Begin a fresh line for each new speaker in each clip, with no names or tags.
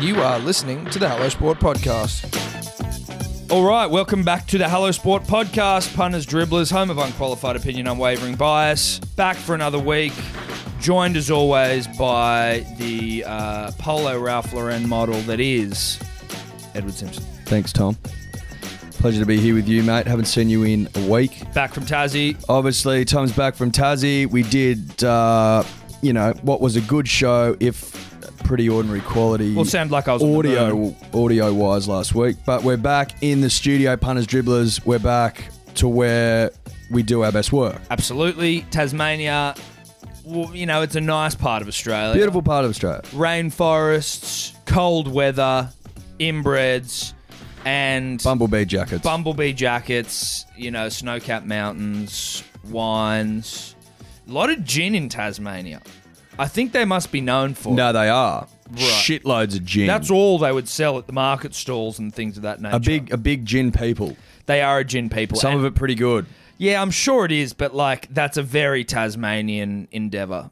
You are listening to the Hello Sport Podcast.
All right, welcome back to the Hello Sport podcast. Punters, dribblers, home of unqualified opinion, unwavering bias. Back for another week. Joined as always by the uh, Polo Ralph Lauren model that is Edward Simpson.
Thanks, Tom. Pleasure to be here with you, mate. Haven't seen you in a week.
Back from Tassie.
Obviously, Tom's back from Tassie. We did, uh, you know, what was a good show, if pretty ordinary quality.
Well, sound like I was on the
audio
moon.
audio wise last week, but we're back in the studio, punters, dribblers. We're back to where we do our best work.
Absolutely. Tasmania, well, you know, it's a nice part of Australia.
Beautiful part of Australia.
Rainforests, cold weather, inbreds, and.
Bumblebee jackets.
bumblebee jackets, you know, snow-capped mountains, wines, a lot of gin in Tasmania. I think they must be known for. it.
no, they are
Right.
shitloads of gin.
That's all they would sell at the market stalls and things of that nature.
A big, a big gin people.
they are a gin people.
Some
and-
of it pretty good.
yeah, I'm sure it is, but like that's a very Tasmanian endeavor.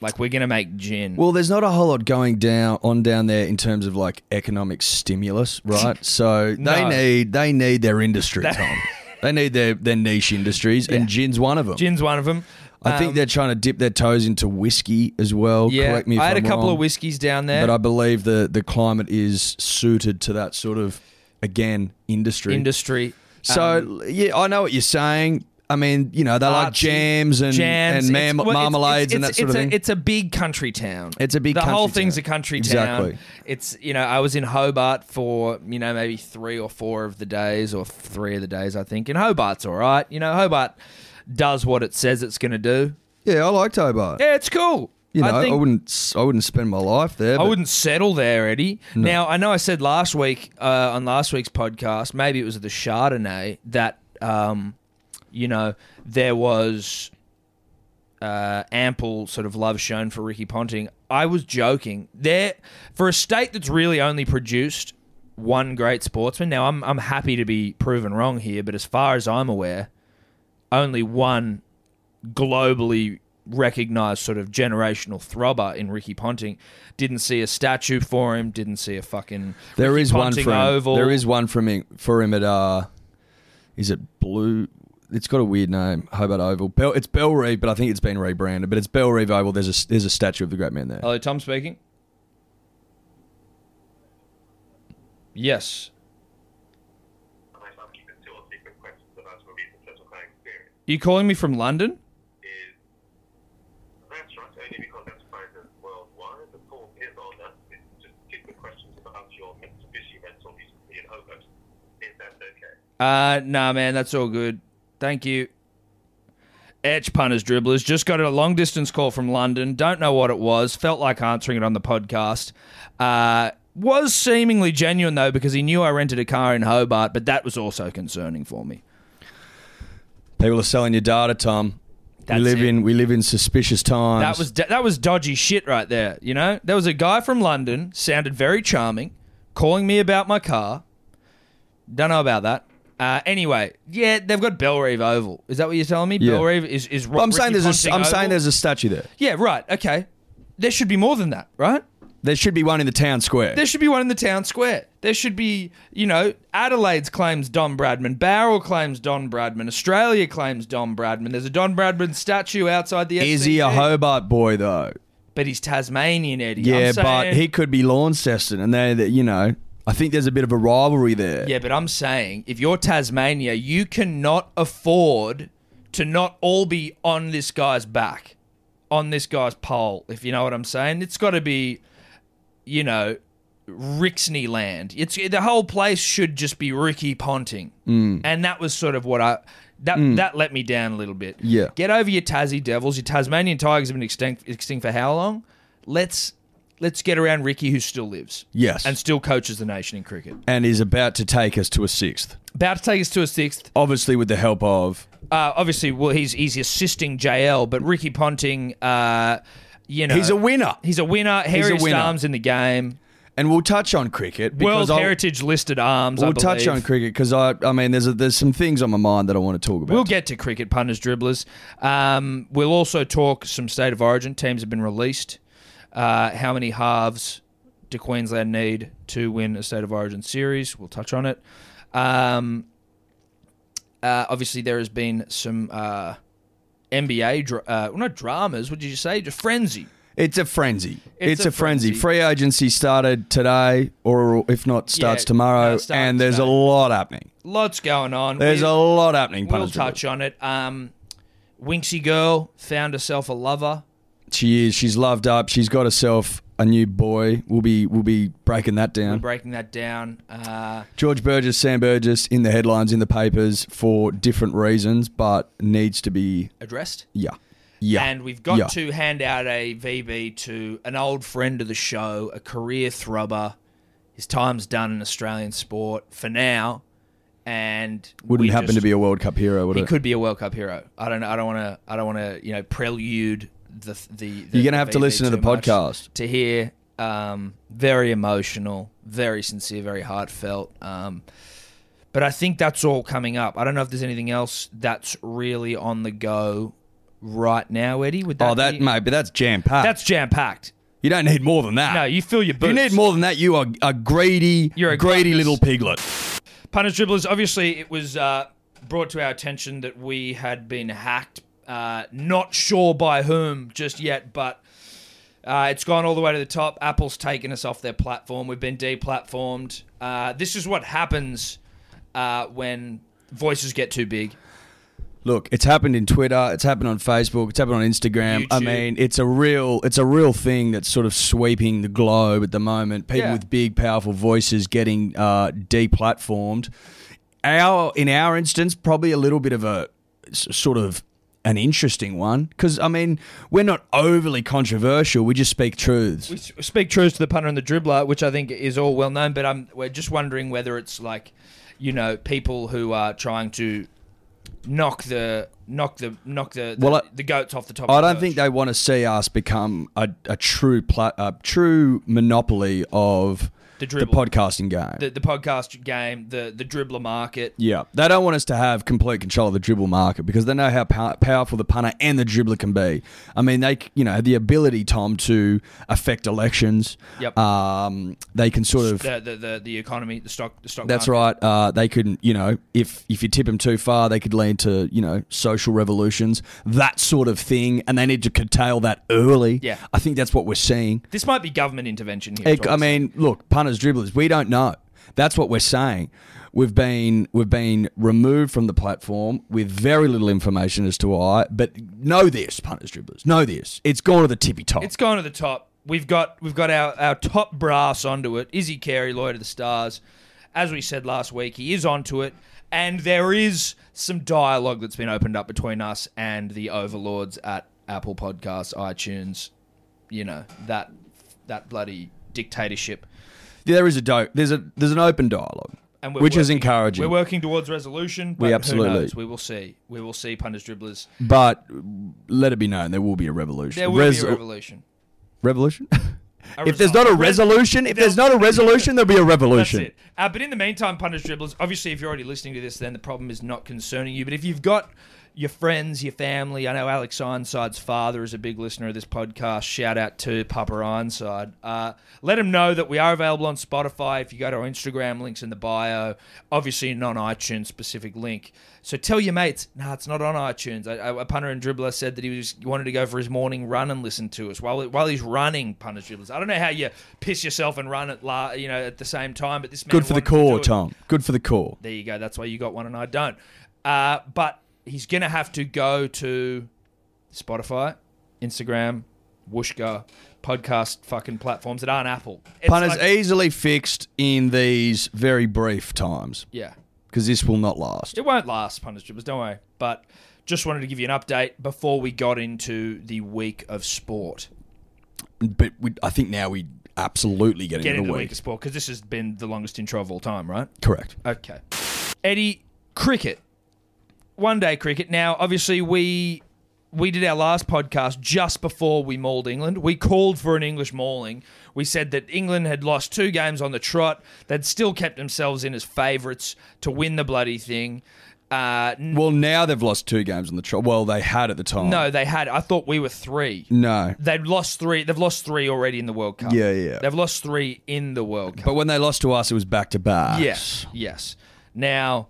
Like we're gonna make gin.
Well, there's not a whole lot going down on down there in terms of like economic stimulus, right? So they
No.
need they need their industry, Tom. they need their their niche industries,
Yeah.
and gin's one of them.
Gin's one of Um, them.
I think they're trying to dip their toes into whiskey as well.
yeah,
Correct me if
I had
I'm
a couple
wrong,
of whiskeys down there.
but I believe the the climate is suited to that sort of again industry.
industry. Um,
so yeah, I know what you're saying. I mean, you know, they
artsy,
like jams and
jams,
and
it's-
mam-
well, it's-
marmalades
it's-
and that
it's-
sort of
it's a-
thing.
It's a big country town.
It's a big
The whole
country town.
thing's a country town.
Exactly.
It's you know I was in Hobart for you know maybe three or four of the days or three of the days I think, and Hobart's all right. You know Hobart does what it says it's going to do.
yeah, I liked Hobart.
Yeah, it's cool.
You know,
I
I,
think
wouldn't, I wouldn't spend my life there.
I
but
wouldn't settle there, Eddie. Now I know I said last week uh, on last week's podcast, maybe it was the Chardonnay that um, you know there was uh, ample sort of love shown for Ricky Ponting. I was joking there for a state that's really only produced one great sportsman. Now I'm I'm happy to be proven wrong here, but as far as I'm aware, only one globally recognized sort of generational throbber in Ricky Ponting. Didn't see a statue for him. Didn't see a fucking
There
Ricky
is one
Ponting
for him.
oval.
There is one from him, for him at uh, is it Blue? It's got a weird name. Hobart Oval. Bell, it's Bell Reeve, but I think it's been rebranded. But it's Bell Reeve Oval. There's a there's a statue of the great man there.
Hello, Tom speaking. Yes,
myself keep it still a secret questions about will be a successful client experience.
you calling me from London?
Is that's right, only because enterprise is worldwide. The form is on us. It's just secret questions about your Mitsubishi rental recently in Hobart. Is that okay?
Uh, nah, man, that's all good. Thank you. Etch punters dribblers just got a long distance call from London. Don't know what it was. Felt like answering it on the podcast. Uh, was seemingly genuine though because he knew I rented a car in Hobart, but that was also concerning for me.
People are selling your data, Tom.
That's
we live
it.
in we live in suspicious times.
That was that was dodgy shit right there. You know, there was a guy from London sounded very charming, calling me about my car. Don't know about that. Uh, anyway, yeah, they've got Belrive Oval. Is that what you're telling me?
Yeah.
Belrive is is.
But I'm saying
Ricky
there's a
Ponting
I'm
Oval?
saying there's a statue there.
Yeah, right. Okay. There should be more than that, right?
There should be one in the town square.
There should be one in the town square. There should be, you know, Adelaide's claims Don Bradman, Barrel claims Don Bradman, Australia claims Don Bradman. There's a Don Bradman statue outside the.
is he a
SCG.
Hobart boy though?
But he's Tasmanian, Eddie. I'm
Yeah, but
saying-
he could be Launceston, and they, they you know I think there's a bit of a rivalry there.
Yeah, but I'm saying if you're Tasmania, you cannot afford to not all be on this guy's back, on this guy's pole, if you know what I'm saying. It's got to be, you know, Rixney land. It's the whole place should just be Ricky Ponting. Mm. And that was sort of what I that that let me down a little bit.
Mm. Yeah.
Get over your Tassie Devils. Your Tasmanian Tigers have been extinct extinct for how long? Let's let's get around Ricky who still lives.
Yes.
And still coaches the nation in cricket
and is about to take us to a sixth.
about to take us to a sixth.
Obviously, with the help of
Uh, obviously, well, he's he's assisting JL, but Ricky Ponting, uh, you know,
he's a winner,
He's a winner.
a
Hairiest
winner.
arms in the game.
and we'll touch on cricket.
World
because I'll-
Heritage listed arms. I
We'll touch
believe.
on cricket because I, I mean, there's a, there's some things on my mind that I want to talk about.
We'll get to cricket punters, dribblers. Um, we'll also talk some state of origin. Teams have been released. Uh, how many halves do Queensland need to win a State of Origin series? We'll touch on it. Um, uh, obviously, there has been some uh, NBA, dra- uh, well, not dramas. What did you say? Just frenzy.
It's a frenzy.
It's
It's,
a
a, frenzy.
frenzy.
Free agency started today, or if not, starts
Yeah,
tomorrow.
no, it starts
and there's
today.
a lot happening.
Lots going on.
There's
We-
a lot happening.
We'll
punters report.
touch on it. Um, Winksy girl found herself a lover.
She is. She's loved up. She's got herself a new boy. We'll be we'll be breaking that
We're
down.
breaking that down. Uh,
George Burgess, Sam Burgess in the headlines in the papers for different reasons, but needs to be
addressed.
yeah. Yeah.
And we've got
yeah.
to hand out a VB to an old friend of the show, a career throbber. His time's done in Australian sport for now, and
wouldn't
we
happen
just-
to be a World Cup hero, would
He
it?
could be a World Cup hero. I don't. know. I don't want to. I don't want to. You know, prelude the the. the
You're gonna
the
have to
VB
listen to
too
the
much
podcast.
to hear. Um, very emotional, very sincere, very heartfelt. Um, but I think that's all coming up. I don't know if there's anything else that's really on the go right now, Eddie. Would that
oh, that
be-
mate, but that's jam packed.
that's jam packed.
you don't need more than that.
No, you fill your
If
boots.
you need more than that. You are a greedy,
You're a
greedy
gluttonous-
little piglet.
Punish dribblers. Obviously, it was uh, brought to our attention that we had been hacked. Uh, not sure by whom just yet, but uh, it's gone all the way to the top. Apple's taken us off their platform. We've been deplatformed. Uh, this is what happens uh, when voices get too big.
Look, it's happened in Twitter, it's happened on Facebook, it's happened on Instagram. I
YouTube.
mean, it's a real it's a real thing that's sort of sweeping the globe at the moment. People
Yeah.
with big, powerful voices getting uh, deplatformed. Our in our instance, probably a little bit of a s- sort of an interesting one because I mean, we're not overly controversial. We just speak truths.
We s- speak truth to the punter and the dribbler, which I think is all well known. But I'm we're just wondering whether it's like, you know, people who are trying to knock the knock the knock the the,
Well, I-
the goats off the top.
I
of the
don't think they want to see us become a, a true pla- a true monopoly of
The
the,
dribble.
podcasting game.
the, the podcast game, the the dribbler market.
Yeah, they don't want us to have complete control of the dribble market because they know how pow- powerful the punter and the dribbler can be. I mean, they c- you know have the ability, Tom, to affect elections.
Yep.
Um, they can sort of.
The, the the the economy, the stock, the stock.
That's
market.
right. Uh, they can you know if if you tip them too far, they could lead to you know social revolutions, that sort of thing, and they need to curtail that early.
Yeah.
I think that's what we're seeing.
This might be government intervention here. is
It,
what
I
I'm
mean, look, punters, dribblers, we don't know. That's what we're saying. We've been we've been removed from the platform with very little information as to why. But know this, punters, dribblers, know this. It's gone to the tippy top.
It's gone to the top. We've got we've got our, our top brass onto it. Izzy Carey, Lloyd of the Stars. As we said last week, he is onto it. And there is some dialogue that's been opened up between us and the overlords at Apple Podcasts, iTunes, you know, that that bloody dictatorship.
there is a do- there's a there's an open dialogue,
And we're
which is
working-
encouraging.
We're working towards resolution, but
We
who
absolutely-
knows? We will see. We will see punters dribblers.
but let it be known, there will be a revolution.
There will
Res-
be a revolution.
revolution.
A
if there's
resol-
not a
res-
resolution, if there's not a resolution, there'll be a revolution.
That's it. Uh, but in the meantime, punters, dribblers, obviously, if you're already listening to this, then the problem is not concerning you. But if you've got your friends, your family, I know Alex Ironside's father is a big listener of this podcast. Shout out to Papa Ironside. Uh, let him know that we are available on Spotify. If you go to our Instagram links in the bio, obviously non iTunes specific link. So tell your mates, nah, it's not on iTunes. A, a- a punter and dribbler said that he was wanted to go for his morning run and listen to us while while he's running. Punter dribblers. I don't know how you piss yourself and run at la, you know at the same time, but this man
Good for the
wanted to do
core,
it.
Tom. Good for the core.
There you go. That's why you got one and I don't. Uh, but he's gonna have to go to Spotify, Instagram, Wooshka, podcast fucking platforms that aren't Apple. It's
Punters
like-
easily fixed in these very brief times.
yeah.
because this will not last.
It won't last, punters dribbers, don't worry. But just wanted to give you an update before we got into the week of sport.
But we, I think now we absolutely get,
Get
into
into
the
the
week.
week of sport because this has been the longest intro of all time, right?
Correct.
Okay. Eddie, cricket. One day cricket. Now, obviously, we we did our last podcast just before we mauled England. We called for an English mauling. We said that England had lost two games on the trot. They'd still kept themselves in as favourites to win the bloody thing. Uh, n-
Well, now they've lost two games on the trot. Well, they had at the time.
no, they had. I thought we were three.
No.
They've lost three. They've lost three already in the World Cup.
Yeah, yeah.
They've lost three in the World Cup.
But when they lost to us, it was back to back.
yes, yes. Now,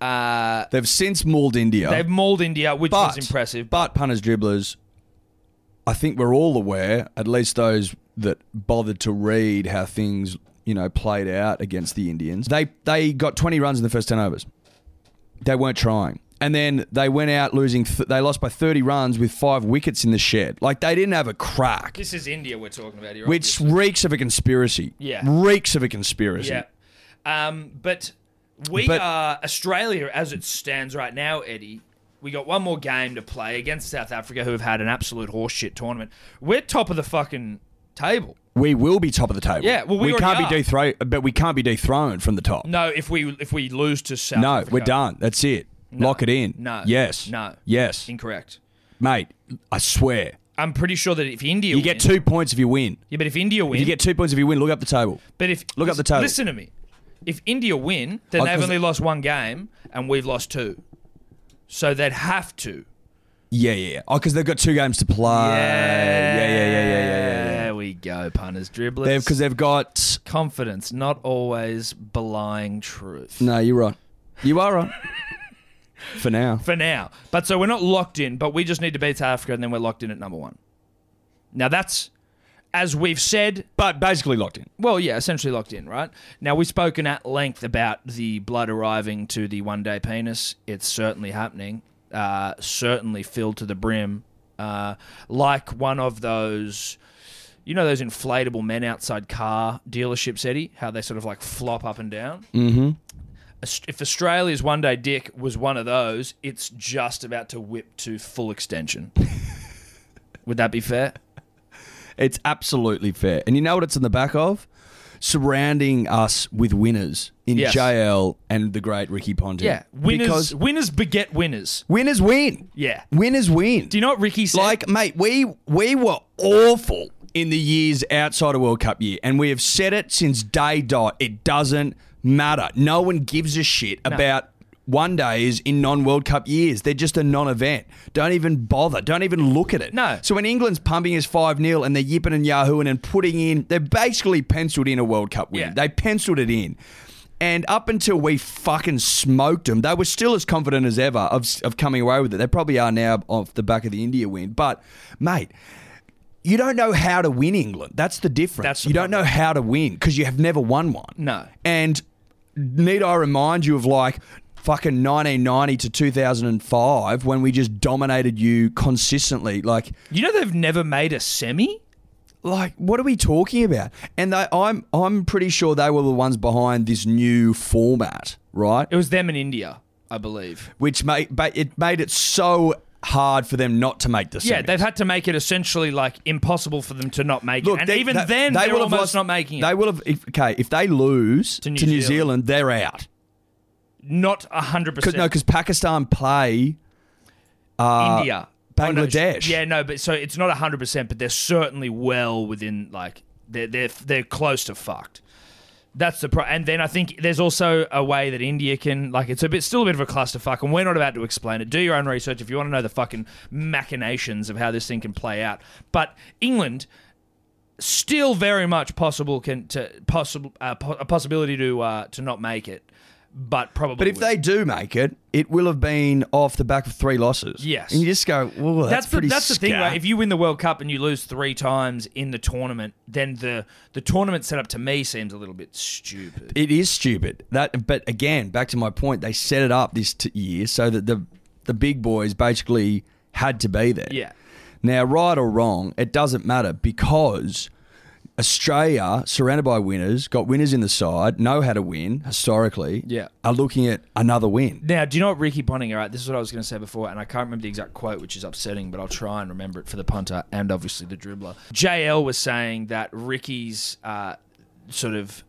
uh,
They've since mauled India.
they've mauled India, which
but,
was impressive.
But punters, dribblers, I think we're all aware, at least those that bothered to read how things, you know, played out against the Indians. They they got 20 runs in the first 10 overs. They weren't trying. And then they went out losing. Th- they lost by 30 runs with five wickets in the shed. Like they didn't have a crack,
this is India we're talking about here.
which reeks of a conspiracy.
Yeah.
reeks of a conspiracy.
Yeah. Um, but we
But-
are Australia as it stands right now, Eddie. We got one more game to play against South Africa, who have had an absolute horseshit tournament. We're top of the fucking table.
We will be top of the table.
Yeah, well, we already
can't be
are.
dethroned, but we can't be dethroned from the top.
No, if we if we lose to South
No,
Africa,
we're done. That's it. Lock it in.
No.
Yes.
No.
Yes.
Incorrect.
Mate, I swear.
I'm pretty sure that if India
You get two points if you win.
yeah, but if India win,
You get two points if you win. Look up the table.
but if
look up the table.
Listen to me. If India win, then
Oh,
they've
'cause-
only lost one game and we've lost two, so they'd have to.
Yeah, yeah, yeah. Oh, because they've got two games to play. Yeah, yeah, yeah, yeah, yeah, yeah. yeah.
There we go, punters, dribblers.
They've because they've got.
Confidence, not always belying truth.
No, you're right. You are right. For now.
For now. But so we're not locked in, but we just need to beat South Africa and then we're locked in at number one. Now that's, as we've said,
But basically locked in.
well, yeah, essentially locked in, right? Now we've spoken at length about the blood arriving to the one day penis. It's certainly happening, uh, certainly filled to the brim. Uh, like one of those. You know those inflatable men outside car dealerships, Eddie? How they sort of like flop up and down? Aust- if Australia's one day dick was one of those, it's just about to whip to full extension. Would that be fair?
It's absolutely fair. And you know what it's in the back of? Surrounding us with winners in
Yes.
JL and the great Ricky Ponting.
Yeah. Winners
Because
winners beget winners.
winners win.
Yeah.
Winners win.
Do you know what Ricky said?
Like, mate, we we were awful in the years outside of World Cup year, and we have said it since day dot. It doesn't matter. No one gives a shit about one days in non World Cup years. They're just a non event. Don't even bother. Don't even look at it.
No.
So when England's pumping us 5 0 and they're yipping and yahooing and putting in, they're basically penciled in a World Cup win.
Yeah.
They penciled it in. And up until we fucking smoked them, they were still as confident as ever of, of coming away with it. They probably are now off the back of the India win. But, mate, you don't know how to win England. That's the difference.
That's the
you don't know
problem.
how to win because you have never won one.
No.
And need I remind you of like fucking 1990 to 2005 when we just dominated you consistently? Like,
You know they've never made a semi.
like what are we talking about and they, i'm i'm pretty sure they were the ones behind this new format right
It was them in India, I believe.
which made but it made it so hard for them not to make the
Yeah,
semis.
they've had to make it essentially like impossible for them to not make
Look,
it. And
they-
even
they-
then, they
they
were
will have
almost not
lost-
making it.
They will have if, okay if they lose to
New
New,
Zealand.
Zealand. they're out.
not hundred
Cause,
percent.
no, because Pakistan play.
India, Oh, no,
Uh, Bangladesh.
sh- yeah, no, but so it's not hundred percent, but they're certainly well within like they're they're they're close to fucked. That's the pro. And then I think there's also a way that India can like it's a bit still a bit of a clusterfuck, and we're not about to explain it. Do your own research if you want to know the fucking machinations of how this thing can play out. But England. Still, very much possible can to possible uh, po- a possibility to uh, to not make it, but probably.
But if
will.
they do make it, it will have been off the back of three losses.
Yes.
and you just go, "Whoa, that's,
that's the,
pretty."
that's the thing.
scat."
Right? If you win the World Cup and you lose three times in the tournament, then the the tournament setup to me seems a little bit stupid.
It is stupid. That, but again, back to my point, they set it up this t- year so that the the big boys basically had to be there.
Yeah.
Now, right or wrong, it doesn't matter because Australia, surrounded by winners, got winners in the side, know how to win historically.
Yeah.
are looking at another win.
Now, do you know what Ricky Ponting? All right, this is what I was going to say before, and I can't remember the exact quote, which is upsetting, but I'll try and remember it for the punter and obviously the dribbler. JL was saying that Ricky's uh, sort of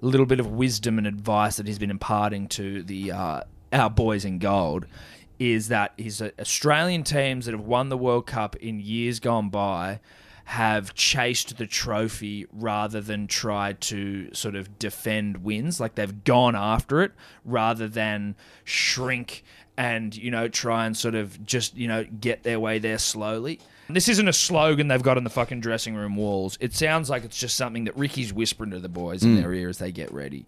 little bit of wisdom and advice that he's been imparting to the uh, our boys in gold is that his uh, Australian teams that have won the World Cup in years gone by have chased the trophy rather than tried to sort of defend wins. Like they've gone after it rather than shrink and, you know, try and sort of just, you know, get their way there slowly. This isn't a slogan they've got on the fucking dressing room walls. It sounds like it's just something that Ricky's whispering to the boys in their ear as they get ready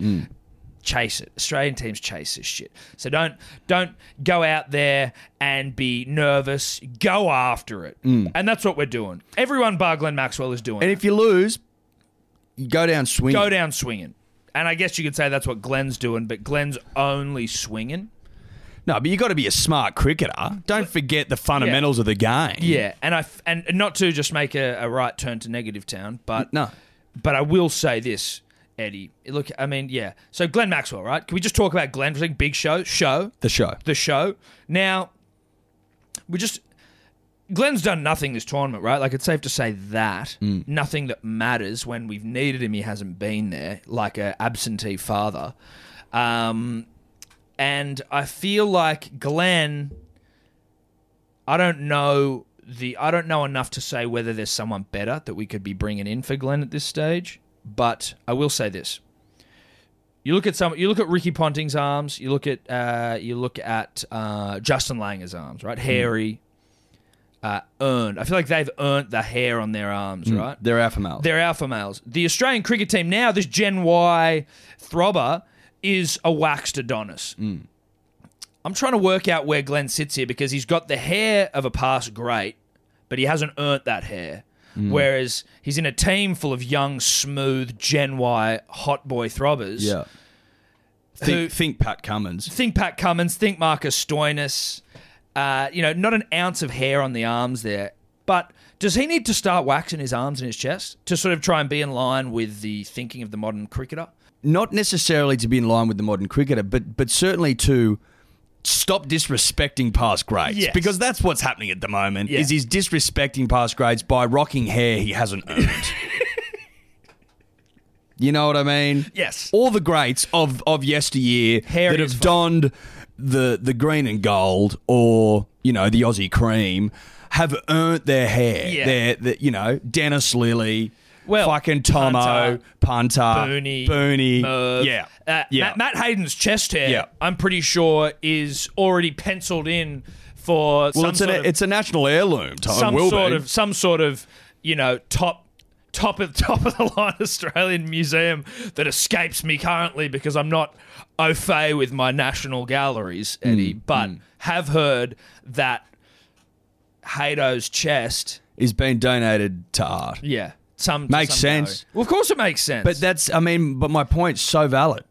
chase it. Australian teams chase this shit. So don't don't go out there and be nervous. Go after it, and that's what we're doing. Everyone, bar Glenn Maxwell is doing.
Mm. And
it.
if you lose, you go down swinging.
go down swinging, and I guess you could say that's what Glenn's doing, but Glenn's only swinging.
No, but you got to be a smart cricketer. Don't forget the fundamentals of the game.
Yeah, and I f- and not to just make a, a right turn to negative town, but
No.
but I will say this. Eddie, look, I mean, yeah. So Glenn Maxwell, right? Can we just talk about Glenn for a second? Big show, show.
The show.
the show. Now, we just Glenn's done nothing this tournament, right? Like it's safe to say that nothing that matters. When we've needed him, he hasn't been there, like a absentee father. Um, and I feel like Glenn. I don't know the. I don't know enough to say whether there's someone better that we could be bringing in for Glenn at this stage. But I will say this: you look at some. You look at Ricky Ponting's arms. You look at. Uh, you look at uh, Justin Langer's arms. Right, hairy, uh, earned. I feel like they've earned the hair on their arms. Right,
They're alpha males.
they're alpha males. The Australian cricket team now, this Gen Y throbber, is a waxed Adonis. I'm trying to work out where Glenn sits here because he's got the hair of a past great, but he hasn't earned that hair. Whereas he's in a team full of young, smooth Gen Y hot boy throbbers.
yeah. Think, think Pat Cummins.
Think Pat Cummins, think Marcus Stoinis. Uh, you know, not an ounce of hair on the arms there. But does he need to start waxing his arms and his chest to sort of try and be in line with the thinking of the modern cricketer?
Not necessarily to be in line with the modern cricketer, but but certainly to stop disrespecting past grades
Yes.
because that's what's happening at the moment.
Yeah.
Is he's disrespecting past grades by rocking hair he hasn't earned. you know what I mean?
Yes.
all the greats of of yesteryear
Hair
that
is
have donned the the green and gold or you know the Aussie cream have earned their hair.
Yeah.
Their, their- you know Dennis Lilly,
Well,
fucking Tomo, Punter,
Booney,
Booney,
Merv.
yeah,
Uh,
yeah.
Matt, Matt Hayden's chest hair,
Yeah.
I'm pretty sure, is already penciled in for
well,
some
it's
sort
a
of,
it's a national heirloom. Tom
some
Uh, will
sort
be.
of some sort of you know top top of top of the line Australian museum that escapes me currently because I'm not au fait with my national galleries,
Hmm,
Eddie. but have heard that Hado's chest,
is being donated to art.
yeah, some to
Makes
some
sense.
gallery. Well, of course it makes sense,
But that's, I mean, but my point's so valid.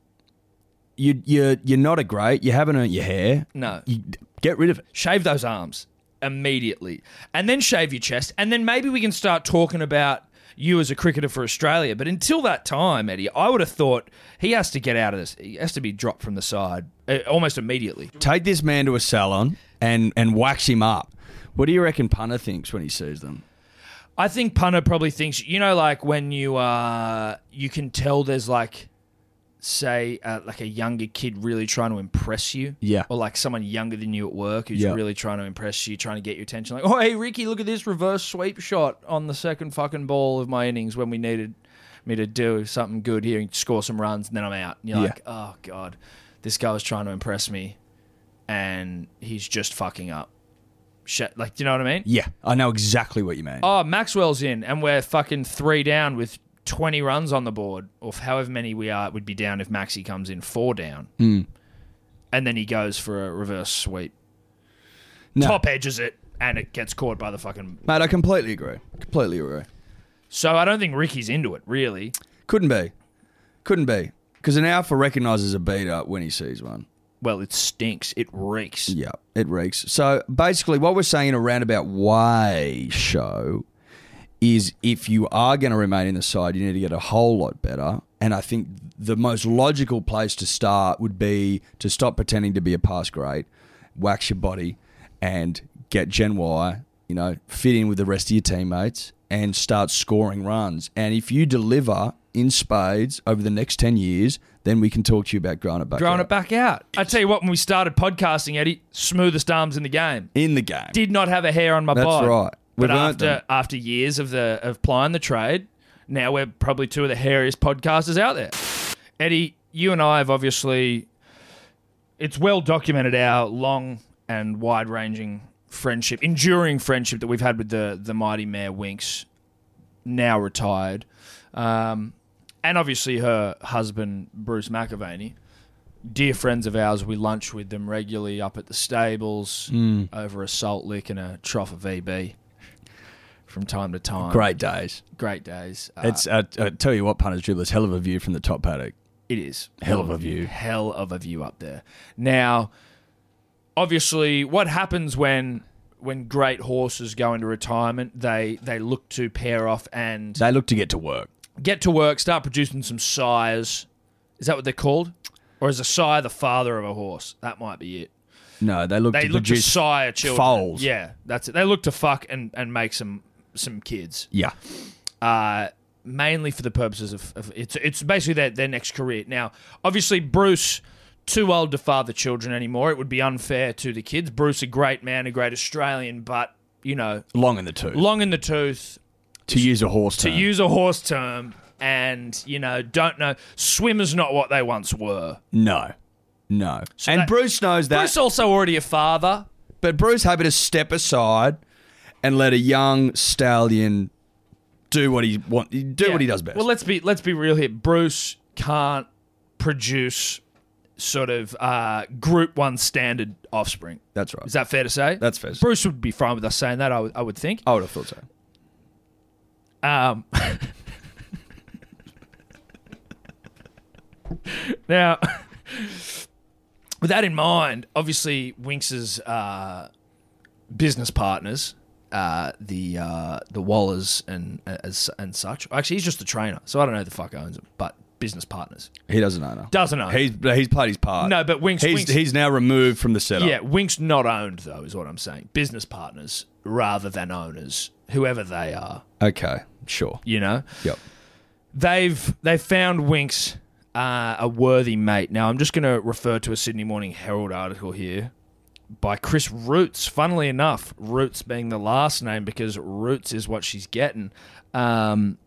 You you you're not a great. You haven't earned your hair.
No.
you, get rid of it.
shave those arms immediately and then shave your chest and then maybe we can start talking about you as a cricketer for Australia but until that time Eddie I would have thought he has to get out of this he has to be dropped from the side uh, almost immediately
Take this man to a salon and and wax him up. What do you reckon punter thinks when he sees them?
I think punter probably thinks you know like when you uh you can tell there's like say uh, like a younger kid really trying to impress you
Yeah.
or like someone younger than you at work who's
Yeah.
really trying to impress you trying to get your attention like oh hey Ricky look at this reverse sweep shot on the second fucking ball of my innings when we needed me to do something good here and score some runs and then I'm out and you're
Yeah.
like oh god this guy was trying to impress me and he's just fucking up Shit, like do you know what I mean
Yeah, I know exactly what you mean.
oh, Maxwell's in, and we're fucking three down with 20 runs on the board, or however many we are, it would be down if Maxi comes in four down.
Hmm.
And then he goes for a reverse sweep.
No.
Top edges it, and it gets caught by the fucking.
Mate, I completely agree. Completely agree.
So I don't think Ricky's into it, really.
Couldn't be. Couldn't be. Because an alpha recognises a beater when he sees one.
Well, it stinks. It reeks.
Yeah, it reeks. So basically, what we're saying in a roundabout way show is if you are going to remain in the side, you need to get a whole lot better. And I think the most logical place to start would be to stop pretending to be a past grade, wax your body, and get Gen Y, you know, fit in with the rest of your teammates and start scoring runs. And if you deliver in spades over the next 10 years, then we can talk to you about growing it back.
Throwing
out.
it back out. I tell you what, when we started podcasting, Eddie, smoothest arms in the game.
In the game.
Did not have a hair on my
That's
bod.
right. We've
but
learnt
after
them.
after years of the of plying the trade, now we're probably two of the hairiest podcasters out there. Eddie, you and I have obviously it's well documented our long and wide ranging friendship, enduring friendship that we've had with the the mighty Mayor Winks, now retired, um, and obviously her husband Bruce McAvaney. Dear friends of ours, we lunch with them regularly up at the stables
Mm.
over a salt lick and a trough of VB from time to time.
Great days.
great days. Uh,
It's uh, I tell you what, punters dribblers, hell of a view from the top paddock.
It is.
Hell of a view.
Hell of a view up there. Now, obviously, what happens when when great horses go into retirement, they they look to pair off and
They look to get to work.
get to work, start producing some sires. Is that what they're called? Or is a sire the father of a horse? That might be it.
No, they look
They
to
look to
produce
sire children.
foals.
Yeah, that's it. They look to fuck and, and make some some kids.
Yeah,
uh, mainly for the purposes of, of it's it's basically their, their next career. Now, obviously, Bruce too old to father children anymore. It would be unfair to the kids. Bruce, a great man, a great Australian, but you know,
long in the tooth.
long in the tooth.
to use a horse
To use a horse term, and you know, don't know. Swimmers not what they once were.
No, no. and
that-
Bruce knows that.
Bruce also already a father.
but Bruce happy to step aside and let a young stallion do what he want, do
Yeah.
what he does best.
Well, let's be let's be real here. Bruce can't produce sort of uh, Group One standard offspring.
That's right.
Is that fair to say?
That's fair to say.
Bruce would be fine with us saying that. I would, I would think.
I would have thought so.
Um, now, with that in mind, obviously Winx's uh, business partners, uh, the uh, the Wallers and as and such. Actually, he's just the trainer, so I don't know who the fuck owns him, but business partners
He doesn't know. No.
doesn't own.
He's he's played his part.
No, but Winks-
He's
Winks-
he's now removed from the setup.
Yeah, Wink's not owned though, is what I'm saying. Business partners rather than owners, whoever they are,
Okay. Sure.
you know.
Yep.
They've they've found Winks uh, a worthy mate. Now I'm just going to refer to a Sydney Morning Herald article here by Chris Roots. Funnily enough, Roots being the last name because Roots is what she's getting. Um,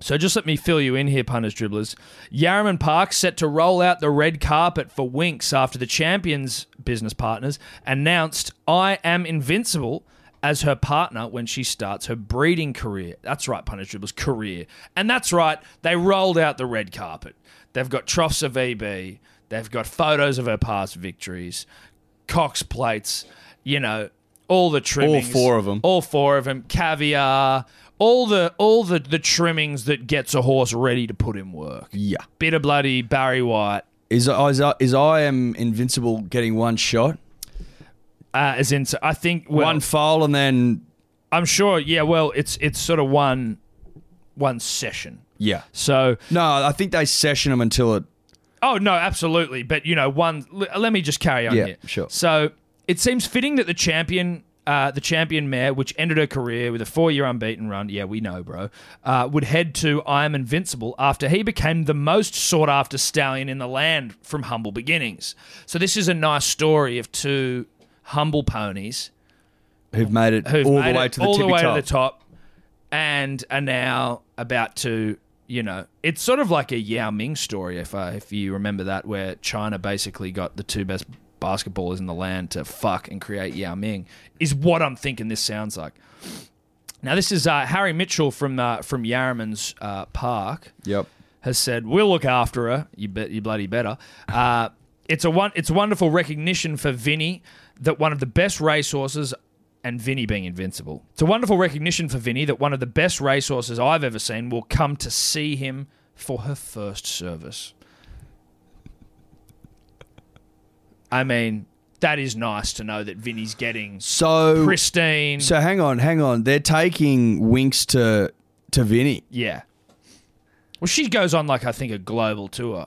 so just let me fill you in here, punters, dribblers. Yarraman Park set to roll out the red carpet for Winks after the champions business partners announced "I am invincible" as her partner when she starts her breeding career. That's right, punters, dribblers, career, and that's right. They rolled out the red carpet. They've got troughs of EB. They've got photos of her past victories, Cox plates. You know. All the trimmings,
four of 'em.
all four of them, caviar, all the all the the trimmings that gets a horse ready to put in work.
Yeah.
Bit of bloody Barry White,
Is is is I am invincible getting one shot,
uh, as in so I think well,
one foal, and then
I'm sure. Yeah, well, it's it's sort of one one session.
yeah.
So
No, I think they session him until it.
Oh no, absolutely. But you know, one. l- let me just carry on
Yeah,
here.
sure.
So it seems fitting that the champion, uh, the champion mare, which ended her career with a four-year unbeaten run. Yeah, we know, bro. Uh, would head to I Am Invincible after he became the most sought-after stallion in the land from humble beginnings. So this is a nice story of two humble ponies
Who've made it
who've
all
made
the way
it
to the
all
tippy
the way
top.
to the top, and are now about to, you know, it's sort of like a Yao Ming story, if I, if you remember that, where China basically got the two best basketballers in the land to fuck and create Yao Ming, is what I'm thinking this sounds like. Now this is uh, Harry Mitchell from uh, from Yarraman's uh, Park
Yep.
has said, "We'll look after her. You bet, you bloody better." Uh, it's a one. It's wonderful recognition for Vinny that one of the best racehorses, and Vinny being invincible. It's a wonderful recognition for Vinny that one of the best racehorses I've ever seen will come to see him for her first service. I mean, that is nice to know that Vinny's getting
So
pristine.
so hang on, hang on. They're taking Winks to to Vinny.
Yeah. Well, she goes on like I think a global tour.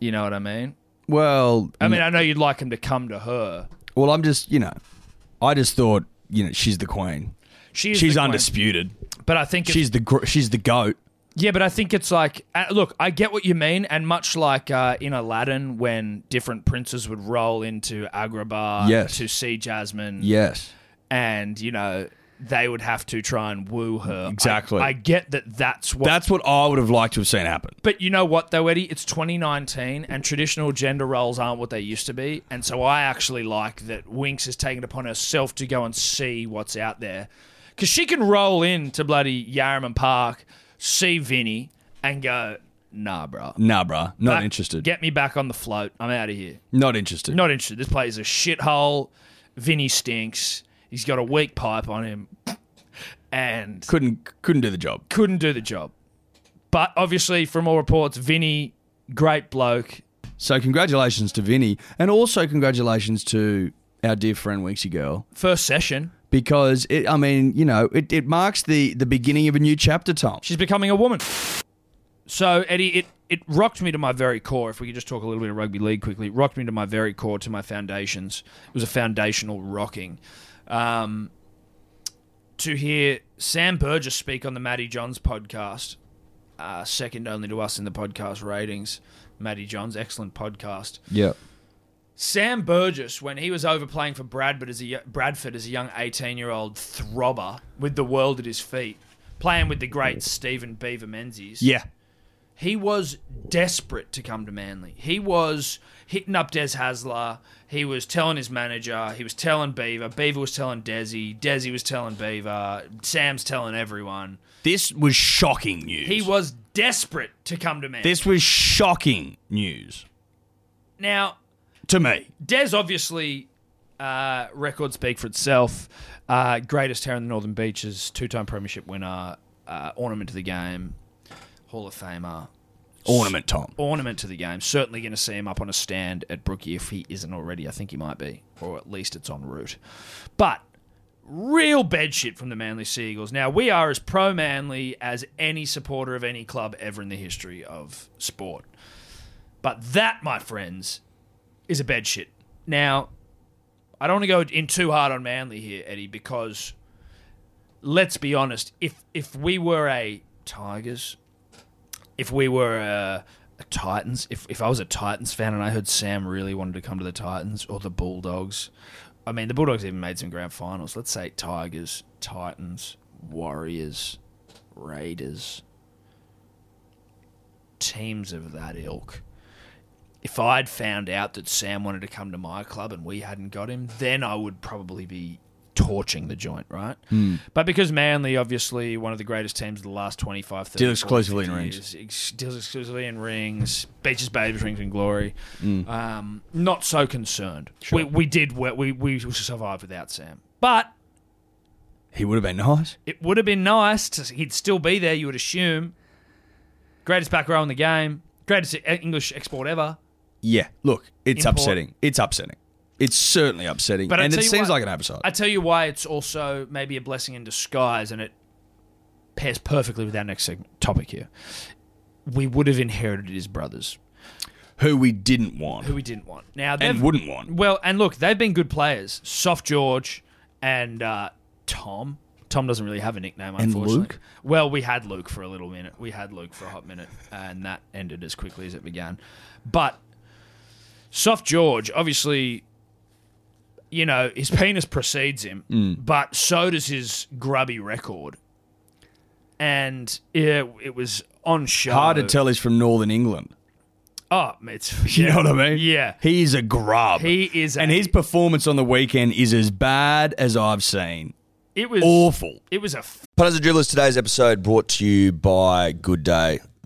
You know what I mean?
Well,
I mean, I know you'd like him to come to her.
well, I'm just you know, I just thought you know she's the queen.
She is
She's
the queen.
undisputed.
but I think it's,
She's the gr- she's the goat.
yeah, but I think it's like uh, look, I get what you mean, and much like uh, in Aladdin, when different princes would roll into Agrabah
Yes.
to see Jasmine,
Yes.
and you know they would have to try and woo her. I-
Exactly.
I, get that. That's what.
That's what I would have liked to have seen happen.
but you know what though, Eddie? It's 2019, and traditional gender roles aren't what they used to be. And so I actually like that Winx has taken it upon herself to go and see what's out there, because she can roll in to bloody Yarraman Park, see Vinny, and go, "Nah, bro,
Nah, bruh. Not
Back-
interested.
Get me back on the float. I'm out of here.
not interested.
Not interested. This place is a shithole. Vinny stinks. He's got a weak pipe on him, and
Couldn't couldn't do the job.
couldn't do the job. But obviously, from all reports, Vinny, great bloke.
So congratulations to Vinny, and also congratulations to our dear friend Weeksy Girl.
First session,
Because it, I mean, you know, it, it marks the the beginning of a new chapter, Tom.
she's becoming a woman. So Eddie, it it rocked me to my very core. If we could just talk a little bit of rugby league quickly, it rocked me to my very core, to my foundations. It was a foundational rocking. Um, to hear Sam Burgess speak on the Matty Johns podcast, uh, second only to us in the podcast ratings. Matty Johns, excellent podcast.
Yeah.
Sam Burgess, when he was over playing for Bradford as a Bradford as a young eighteen-year-old throbber with the world at his feet, playing with the great Stephen Beaver Menzies,
Yeah.
he was desperate to come to Manly. He was hitting up Des Hasler. He was telling his manager. He was telling Beaver. Beaver was telling Desi. Desi was telling Beaver. Sam's telling everyone.
This was shocking news.
He was desperate to come to Manly.
this was shocking news
now,
to me.
Des obviously uh, records speak for itself. Uh, greatest hair in the Northern Beaches, two-time premiership winner, uh, ornament to the game, Hall of Famer,
Ornament, Tom.
ornament to the game. Certainly going to see him up on a stand at Brookie if he isn't already. I think he might be, or at least it's en route. But real bed shit from the Manly Seagulls. Now we are as pro Manly as any supporter of any club ever in the history of sport. But that, my friends, is a bed shit. Now, I don't want to go in too hard on Manly here, Eddie, because let's be honest. If if we were a Tigers, if we were a, a Titans, if if I was a Titans fan and I heard Sam really wanted to come to the Titans or the Bulldogs, I mean the Bulldogs even made some grand finals. Let's say Tigers, Titans, Warriors, Raiders, teams of that ilk. If I'd found out that Sam wanted to come to my club and we hadn't got him, then I would probably be torching the joint, right?
Hmm.
But because Manly, obviously, one of the greatest teams of the last 25, 30,
Deal exclusively in
40
rings.
years, ex- Deals exclusively in rings, beaches, babes, rings, and glory.
Hmm.
Um, not so concerned. We, we did, we, we, we survived without Sam. But
He would have been nice.
it would have been nice. To, he'd still be there, you would assume. Greatest back row in the game. Greatest e, English export ever.
Yeah. Look, it's
Import.
upsetting. It's upsetting. It's certainly upsetting.
But I
and
tell
it
you
seems
what-
like an oversight.
I tell you why it's also maybe a blessing in disguise, and it pairs perfectly with our next segment, topic here. We would have inherited his brothers,
who we didn't want
who we didn't want. Now
and
they've-
wouldn't want.
Well, and look, they've been good players. Soft George and uh, Tom. Tom doesn't really have a nickname, unfortunately.
Luke?
Well, we had Luke for a little minute. We had Luke for a hot minute, and that ended as quickly as it began. But Soft George, obviously, you know, his penis precedes him,
Mm.
but so does his grubby record. And it, it was on show.
Hard to tell he's from Northern England.
Oh, it's
You know what I mean?
Yeah.
He's a grub.
He is
And
a-
his performance on the weekend is as bad as I've seen.
It was
Awful.
It was a
Punters and Dribblers, today's episode brought to you by Good Day,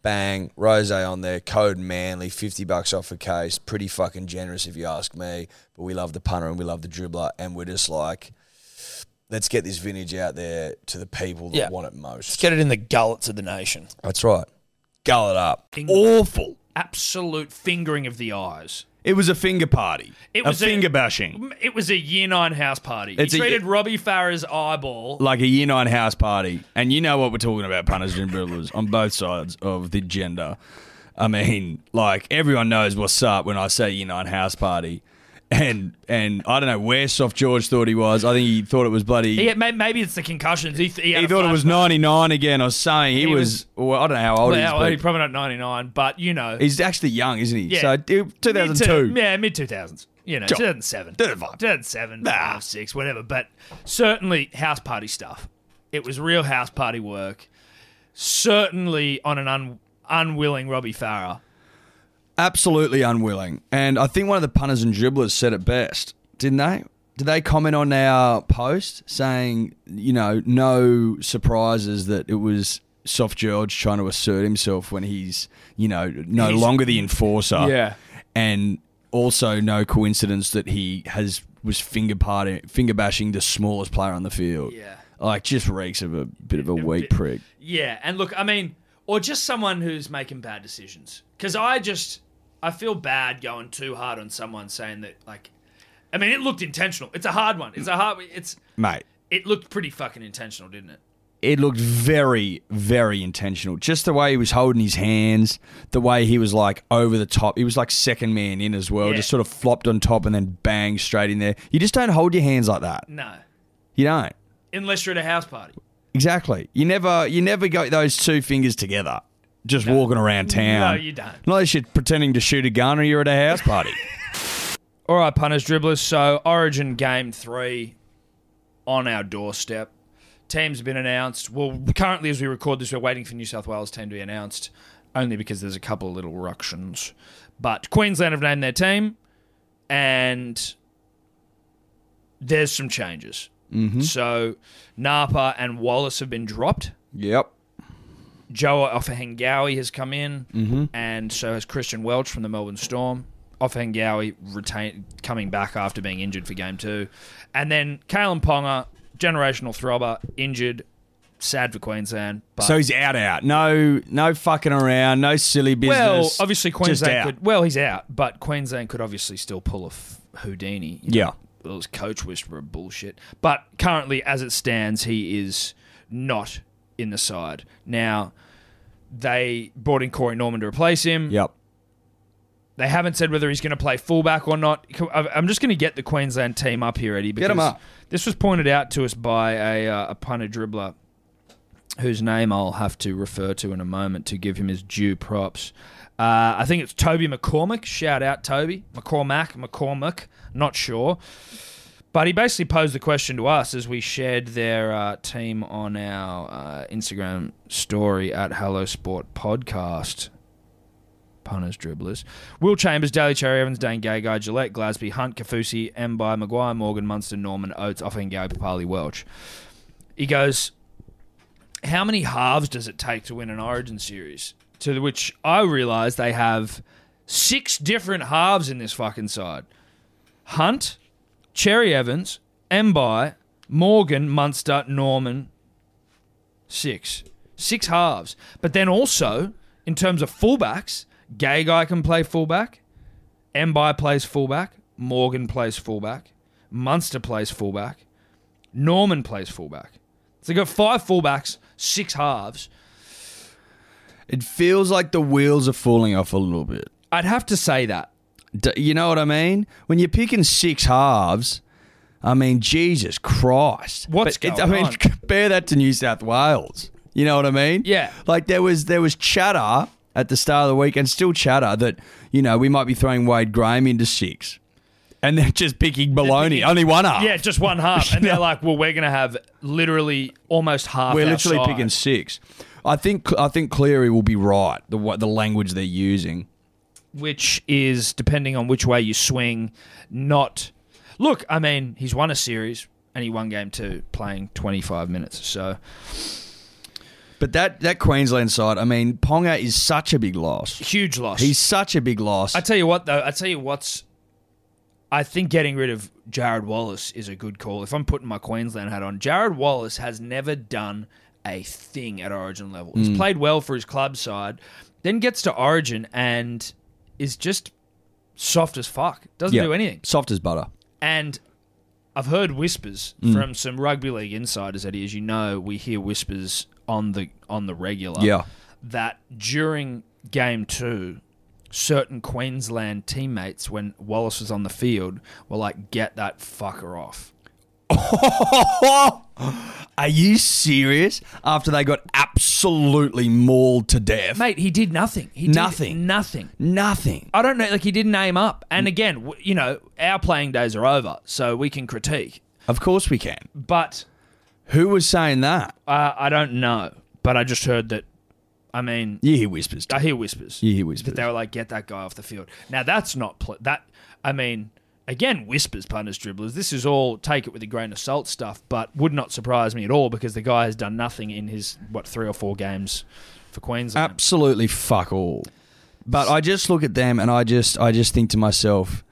bang, rose on there, code Manly, fifty bucks off a case. Pretty fucking generous if you ask me. But we love the punter and we love the dribbler, and we're just like, let's get this vintage out there to the people that
Yeah.
want it most.
Let's get it in the gullets of the nation.
That's right. Gull it up.
Awful.
absolute fingering of the eyes.
It was a finger party.
It
a
was a-
finger bashing.
It was a year nine house party.
It's a-
he treated Robbie Farah's eyeball.
Like a year nine house party. And you know what we're talking about, punters and dribblers, on both sides of the gender. I mean, like, everyone knows what's up when I say year nine house party. And and I don't know where Soft George thought he was. I think he thought it was bloody.
He had- may- maybe it's the concussions. He, th- he, had
he
a
thought it was
flashback.
99 again or something. He,
He
was, well, I don't know how old he is.
Well,
but
he's probably not ninety nine, but you know,
he's actually young, isn't he?
Yeah.
So it- 2002.
Mid- yeah, mid two thousands. You know, two thousand seven, two thousand seven, five, six, whatever. But certainly house party stuff. It was real house party work. Certainly on an un- unwilling Robbie Farah.
Absolutely unwilling. And I think one of the punters and dribblers said it best, didn't they? Did they comment on our post saying, you know, no surprises that it was Soft George trying to assert himself when he's, you know, no
He's-
longer the enforcer.
Yeah.
And also no coincidence that he has was finger party, finger bashing the smallest player on the field.
Yeah.
Like just reeks of a bit of a weak
bit-
prick.
Yeah, and look, I mean, or just someone who's making bad decisions. Because I just, I feel bad going too hard on someone saying that. Like, I mean, it looked intentional. It's a hard one. It's a hard. It's
Mate.
it looked pretty fucking intentional, didn't it?
it looked very, very intentional. Just the way he was holding his hands, the way he was like over the top. He was like second man in as well,
Yeah.
just sort of flopped on top and then bang straight in there. You just don't hold your hands like that.
No,
You don't.
unless you're at a house party.
Exactly. You never, you never got those two fingers together. Just walking around town.
No, you don't.
Unless you're pretending to shoot a gun or you're at a house party.
All right, punters, dribblers. So Origin Game Three on our doorstep. Teams have been announced. Well, currently as we record this, we're waiting for New South Wales team to be announced, only because there's a couple of little ructions. But Queensland have named their team, and there's some changes. So Napa and Wallace have been dropped.
yep.
Joa Offahengawi has come in,
Mm-hmm.
and so has Christian Welch from the Melbourne Storm. Offahengawi retain coming back after being injured for game two, and then Kalen Ponga, generational throbber, injured. Sad for Queensland, but
So he's out, out. No, no fucking around. No silly business.
well, obviously
Just
Queensland
out.
could. Well, he's out, but Queensland could obviously still pull a f- Houdini. you
Yeah.
know, those coach whisperer bullshit. But currently, as it stands, he is not in the side now. They brought in Corey Norman to replace him.
Yep.
They haven't said whether he's going to play fullback or not. I- I'm just going to get the Queensland team up here, Eddie. Because
'em up.
This was pointed out to us by a, uh, a punter dribbler whose name I'll have to refer to in a moment to give him his due props. Uh, I think it's Toby McCormick. Shout out, Toby. McCormack, McCormick, not sure. But he basically posed the question to us as we shared their uh, team on our uh, Instagram story at Hello Sport Podcast. Punters, dribblers. Will Chambers, Daly Cherry Evans, Dane Gay Guy, Gillette, Glasby, Hunt, Kafusi, Mbai, Maguire, Morgan, Munster, Norman, Oates, Offengo, Papali, Welch. He goes, How many halves does it take to win an Origin series? To which I realise they have six different halves in this fucking side. Hunt, Cherry Evans, Mbai, Morgan, Munster, Norman. Six. Six halves. But then also, in terms of fullbacks, Gay Guy can play fullback. Mbai plays fullback. Morgan plays fullback. Munster plays fullback. Norman plays fullback. So they've got five fullbacks, six halves.
It feels like the wheels are falling off a little bit.
I'd have to say that.
D- you know what I mean? When you're picking six halves, I mean, Jesus Christ.
What's
But
going
I mean,
on?
compare that to New South Wales. You know what I mean?
Yeah.
Like there was there was chatter at the start of the week and still chatter that, you know, we might be throwing Wade Graham into six. And they're just picking baloney.
picking-
Only one half.
Yeah, just one half. And they're like, well, we're going to have literally almost half.
We're
our
literally
side.
picking six. I think I think Cleary will be right. The wa- the language they're using.
which is depending on which way you swing, not. Look, I mean, he's won a series and he won game two playing 25 minutes. So
But that that Queensland side, I mean, Ponga is such a big loss.
huge loss.
He's such a big loss.
I tell you what, though, I tell you what's. I think getting rid of Jared Wallace is a good call. If I'm putting my Queensland hat on, Jared Wallace has never done a thing at Origin level.
Hmm.
He's played well for his club side, then gets to Origin and is just soft as fuck. Doesn't
Yeah.
do anything.
Soft as butter.
And I've heard whispers
Mm.
from some rugby league insiders, Eddie. As you know, we hear whispers on the on the regular.
Yeah.
That during game two, certain Queensland teammates, when Wallace was on the field, were like, "Get that fucker off."
Are you serious? After they got absolutely mauled to death.
Mate, he did nothing. He
Nothing. Mm.
Did nothing.
Nothing.
I don't know. Like he didn't aim up. And again, w- you know, our playing days are over, so we can critique.
Of course we can.
But
Who was saying that?
uh, I don't know. But I just heard that. I mean,
You hear whispers.
I
don't
hear whispers.
You You hear whispers.
that they were like, get that guy off the field. Now that's not pl- that. I mean, again, whispers, punters, dribblers. This is all take it with a grain of salt stuff, but would not surprise me at all because the guy has done nothing in his what three or four games for Queensland.
absolutely fuck all. But I just look at them and I just I just think to myself,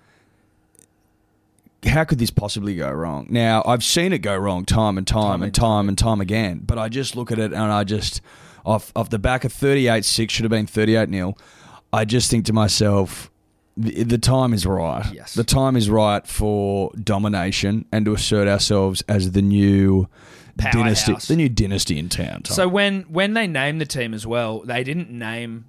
how could this possibly go wrong? Now I've seen it go wrong time and time, and time and time again. But I just look at it and I just off off the back of thirty eight six should have been thirty eight 0 I just think to myself. The the time is right.
Yes.
The time is right for domination and to assert ourselves as the new dynasty,
Powerhouse.
the new dynasty in town. Tom.
so when when they named the team as well, they didn't name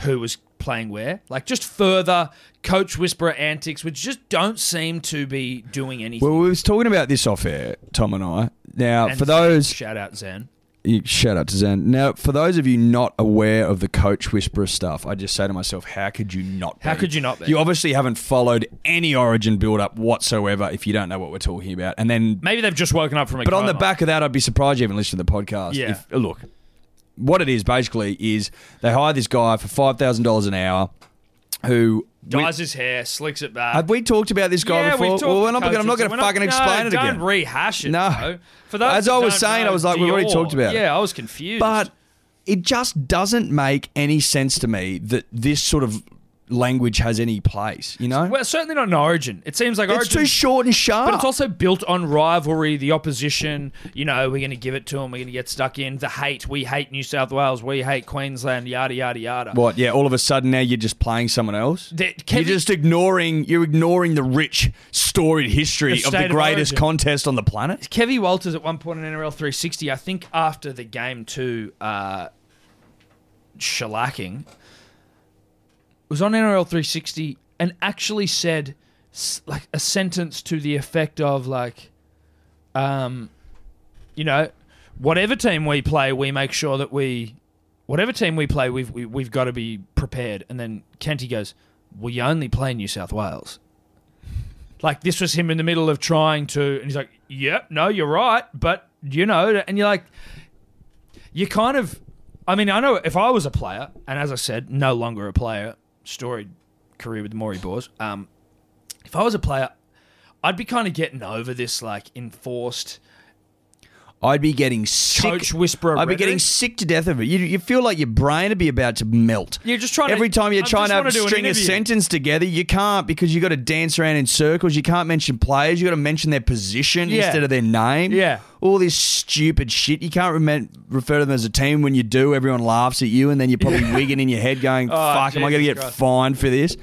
who was playing where. Like just further coach whisperer antics, which just don't seem to be doing anything.
Well, we was talking about this off air, Tom and I. Now,
And
for those,
shout out Zen.
you- shout out to Zen. Now, for those of you not aware of the coach whisperer stuff, I just say to myself, how could you not?
How
be?
could you not be?
You obviously haven't followed any Origin build up whatsoever if you don't know what we're talking about. And then,
Maybe they've just woken up from a
but on the
coma.
back of that, I'd be surprised you haven't listened to the podcast.
Yeah.
If, look, what it is basically is they hire this guy for five thousand dollars an hour, who
dyes his hair, slicks it back.
Have we talked about this guy
yeah,
before?
We've talked
well,
to
we're not, I'm
coaches,
not going
we're
to fucking explain
no,
it
don't
again.
rehash it.
No.
though. For those
As
who
I was
don't
saying, I
know,
was like, we've already
Dior.
talked about it.
Yeah, I was confused.
But it just doesn't make any sense to me that this sort of language has any place, you know?
well, certainly not an origin. It seems like
it's
origin.
too short and sharp.
but it's also built on rivalry, the opposition. You know, we're going to give it to them. We're going to get stuck in the hate. We hate New South Wales. We hate Queensland. Yada yada yada.
what, yeah, all of a sudden now you're just playing someone else?
That-
You're
Kevin-
just ignoring you're ignoring the rich storied history
The
of
state
the
of
greatest
origin.
contest on the planet.
Kevy Walters at one point in NRL 360, I think after the game two uh, shellacking, was on NRL 360 and actually said s- like a sentence to the effect of like, um, you know, whatever team we play, we make sure that we, whatever team we play, we've we, we've got to be prepared. And then Kenty goes, "Well, you only play New South Wales." Like this was him in the middle of trying to, and he's like, "Yep, no, you're right, but you know," and you're like, you kind of I mean, I know if I was a player, and as I said, no longer a player, storied career with the Maury Boars, um, if I was a player, I'd be kind of getting over this like enforced
I'd be getting sick.
coach whisperer.
I'd be getting
rhetoric.
sick to death of it. You, you feel like your brain would be about to melt.
You're just trying to-
Every time you're
I
trying
just
to
wanna do an
string a
interview.
sentence together, you can't because you got to dance around in circles. You can't mention players. You got to mention their position
Yeah.
instead of their name.
Yeah.
All this stupid shit. You can't remem- refer to them as a team. When you do, everyone laughs at you, and then you're probably wigging in your head, going, "Fuck, am I going to
Oh, Jesus
get
Christ.
fined for this?"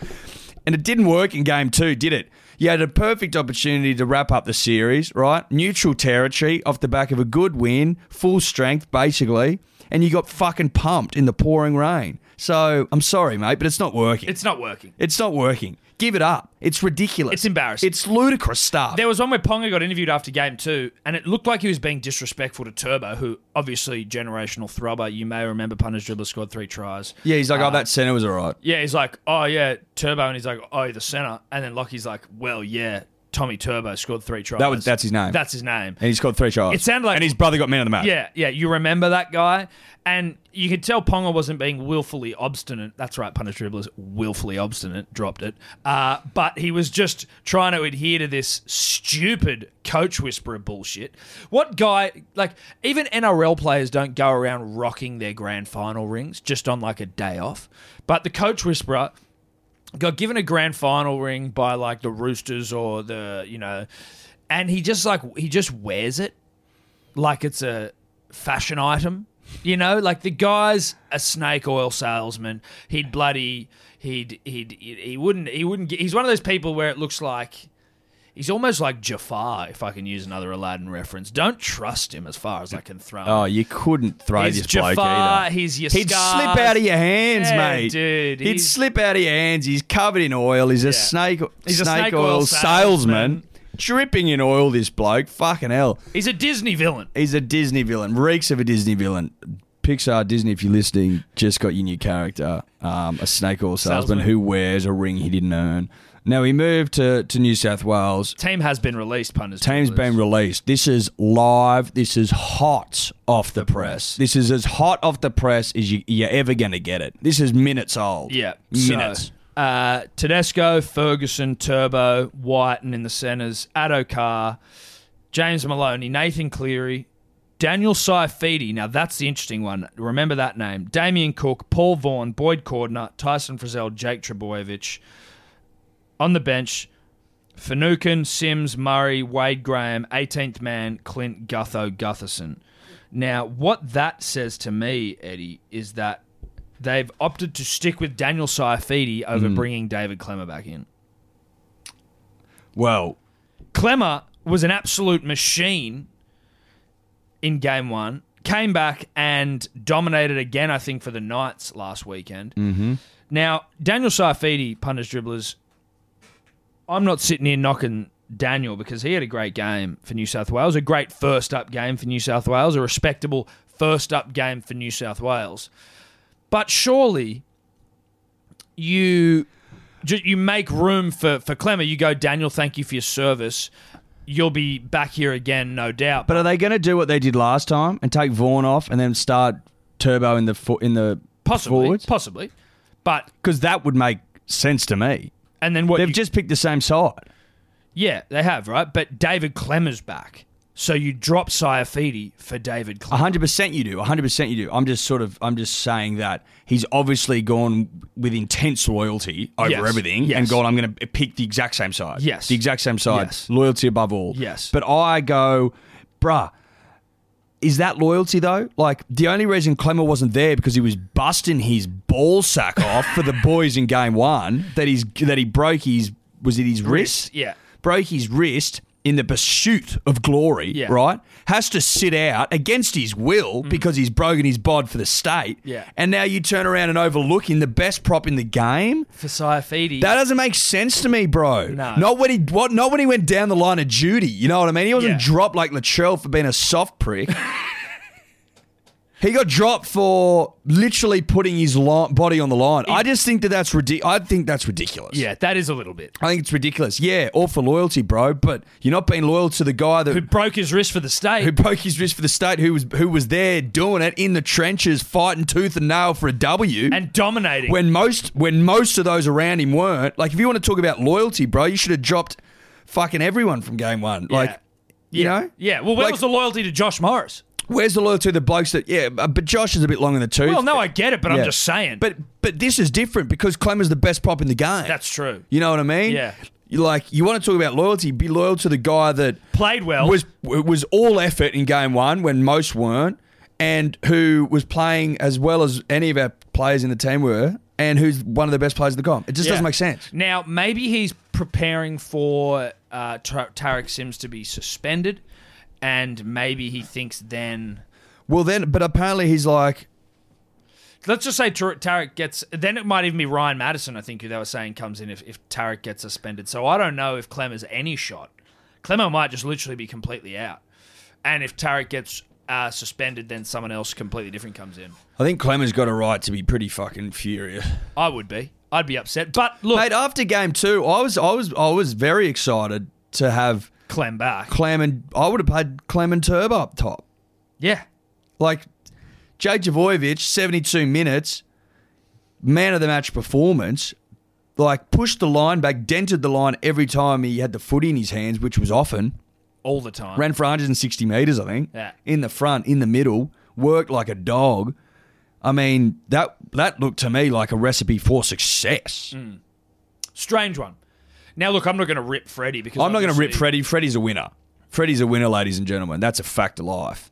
And it didn't work in game two, did it? You had a perfect opportunity to wrap up the series, right? Neutral territory off the back of a good win, full strength, basically, and you got fucking pumped in the pouring rain. So I'm sorry, mate, but it's not working. It's,
It's not working.
not working. Give it up. It's ridiculous.
It's embarrassing.
It's ludicrous stuff.
There was one where Ponga got interviewed after game two, and it looked like he was being disrespectful to Turbo, who obviously generational throbber. You may remember Punish Dribbler scored three tries.
yeah, he's like, oh, that center was all right.
Yeah, he's like, oh yeah, Turbo, and he's like, oh the center, and then Lockie's like, well yeah, Tommy Turbo scored three tries.
That was- that's his name.
That's his name.
And he scored three tries.
It sounded like-
and his brother got man of the match.
Yeah, yeah, you remember that guy, and you could tell Ponga wasn't being willfully obstinate. That's right, punish dribblers willfully obstinate, dropped it. Uh, but he was just trying to adhere to this stupid coach whisperer bullshit. What guy? Like even NRL players don't go around rocking their grand final rings just on like a day off. But the coach whisperer got given a grand final ring by like the Roosters or the you know, and he just like he just wears it like it's a fashion item. You know, like the guy's a snake oil salesman. He'd bloody he'd he'd he wouldn't he wouldn't. Get, he's one of those people where it looks like. He's almost like Jafar, if I can use another Aladdin reference. Don't trust him as far as I can throw. him.
Oh, you couldn't throw
He's
this bloke
Jafar,
either.
he's your
He'd
scars.
slip out of your hands,
Yeah,
mate.
dude,
He'd
he's-
slip out of your hands. He's covered in oil. He's a snake.
He's a
snake,
snake
oil,
oil
salesman.
salesman.
dripping in oil. This bloke, fucking hell.
He's a Disney villain.
He's a Disney villain. Reeks of a Disney villain. Pixar, Disney, if you're listening, just got your new character, um, a snake oil salesman,
Salesman.
who wears a ring he didn't earn. Now he moved to, to New South Wales.
Team has been released, punters.
Team's
Dribblers.
been released. This is live. This is hot off the press. This is as hot off the press as you, you're ever going to get it. This is minutes old.
Yeah.
Minutes.
So, uh, Tedesco, Ferguson, Turbo, White, and in the centres, Addo Carr, James Maloney, Nathan Cleary, Daniel Saifidi. Now, that's the interesting one. Remember that name. Damien Cook, Paul Vaughan, Boyd Cordner, Tyson Frizzell, Jake Trebojevic. On the bench, Finucane, Sims, Murray, Wade Graham, 18th man, Clint Gutho Gutherson. Now, what that says to me, Eddie, is that they've opted to stick with Daniel Saifidi over bringing David Clemmer back in.
Well,
Clemmer was an absolute machine in game one, came back and dominated again, I think, for the Knights last weekend. Mm-hmm. Now, Daniel Saifidi, punters, dribblers, I'm not sitting here knocking Daniel because he had a great game for New South Wales, a great first up game for New South Wales, a respectable first up game for New South Wales. But surely you ju- you make room for for Clemmer. You go, Daniel. Thank you for your service. You'll be back here again, no doubt.
but are they going to do what they did last time and take Vaughan off and then start Turbo in the fo- in the
possibly,
forwards?
possibly. But
Because that would make sense to me.
and then what?
They've
you-
just picked the same side.
yeah, they have right. But David Clemmer's back, so you drop Saifidi for David Clemmer.
hundred percent you do. hundred percent you do. I'm just sort of I'm just saying that he's obviously gone with intense loyalty over
Yes.
everything and
Yes.
gone. I'm going to pick the exact same side.
Yes.
the exact same side.
Yes.
Loyalty above all.
Yes.
but I go, bruh. Is that loyalty though? Like the only reason Clemmer wasn't there because he was busting his ball sack off for the boys in game one. That he's that he broke his was it his wrist?
yeah.
broke his wrist in the pursuit of glory,
Yeah. Mm-hmm.
right, has to sit out against his will because he's broken his bod for the state.
Yeah.
And now you turn around and overlook him, the best prop in the game.
for Saifidi.
That doesn't make sense to me, bro.
No.
Not when he what not when he went down the line of duty. You know what I mean? He wasn't
Yeah.
dropped like Latrell for being a soft prick. he got dropped for literally putting his li- body on the line. I just think that that's ridiculous. I think that's ridiculous.
yeah, that is a little bit.
I think it's ridiculous. Yeah, all for loyalty, bro. But you're not being loyal to the guy that
Who broke his wrist for the state?
who broke his wrist for the state, who was who was there doing it in the trenches, fighting tooth and nail for a W.
and dominating.
when most when most of those around him weren't. Like if you want to talk about loyalty, bro, you should have dropped fucking everyone from game one. Like you
yeah.
know?
yeah. Well, where
Like-
was the loyalty to Josh Morris?
Where's the loyalty to the blokes that yeah, uh, but Josh is a bit long in the tooth.
Well, no, I get it, but
Yeah.
I'm just saying.
But but this is different because Clemmer's the best prop in the game.
that's true.
you know what I mean?
Yeah.
You like you want to talk about loyalty, be loyal to the guy that
Played well.
was was all effort in game one when most weren't, and who was playing as well as any of our players in the team were, and who's one of the best players in the comp. It just
Yeah.
doesn't make sense.
Now, maybe he's preparing for uh, Tar- Tarek Sims to be suspended, and maybe he thinks then.
Well, then, but apparently he's like,
Let's just say Tar- Tarek gets. Then it might even be Ryan Madison, I think, who they were saying comes in if, if Tarek gets suspended. So I don't know if Clem has any shot. Clemmer might just literally be completely out. And if Tarek gets uh, suspended, then someone else completely different comes in.
I think Clemmer's got a right to be pretty fucking furious.
I would be. I'd be upset. But look,
Mate, after game two, I was I was I was very excited to have
Clem back.
Clem and I would have had Clem and Turbo up top.
Yeah.
Like Jay Javoyevich, 72 minutes, man of the match performance, like pushed the line back, dented the line every time he had the footy in his hands, which was often.
All the time.
Ran for 160 metres, I think.
Yeah.
In the front, in the middle, worked like a dog. I mean, that that looked to me like a recipe for success.
Mm. Strange one. Now, look, I'm not going to rip Freddie because
I'm not going to rip
obviously-
Freddie. Freddie's a winner. Freddie's a winner, ladies and gentlemen. That's a fact of life.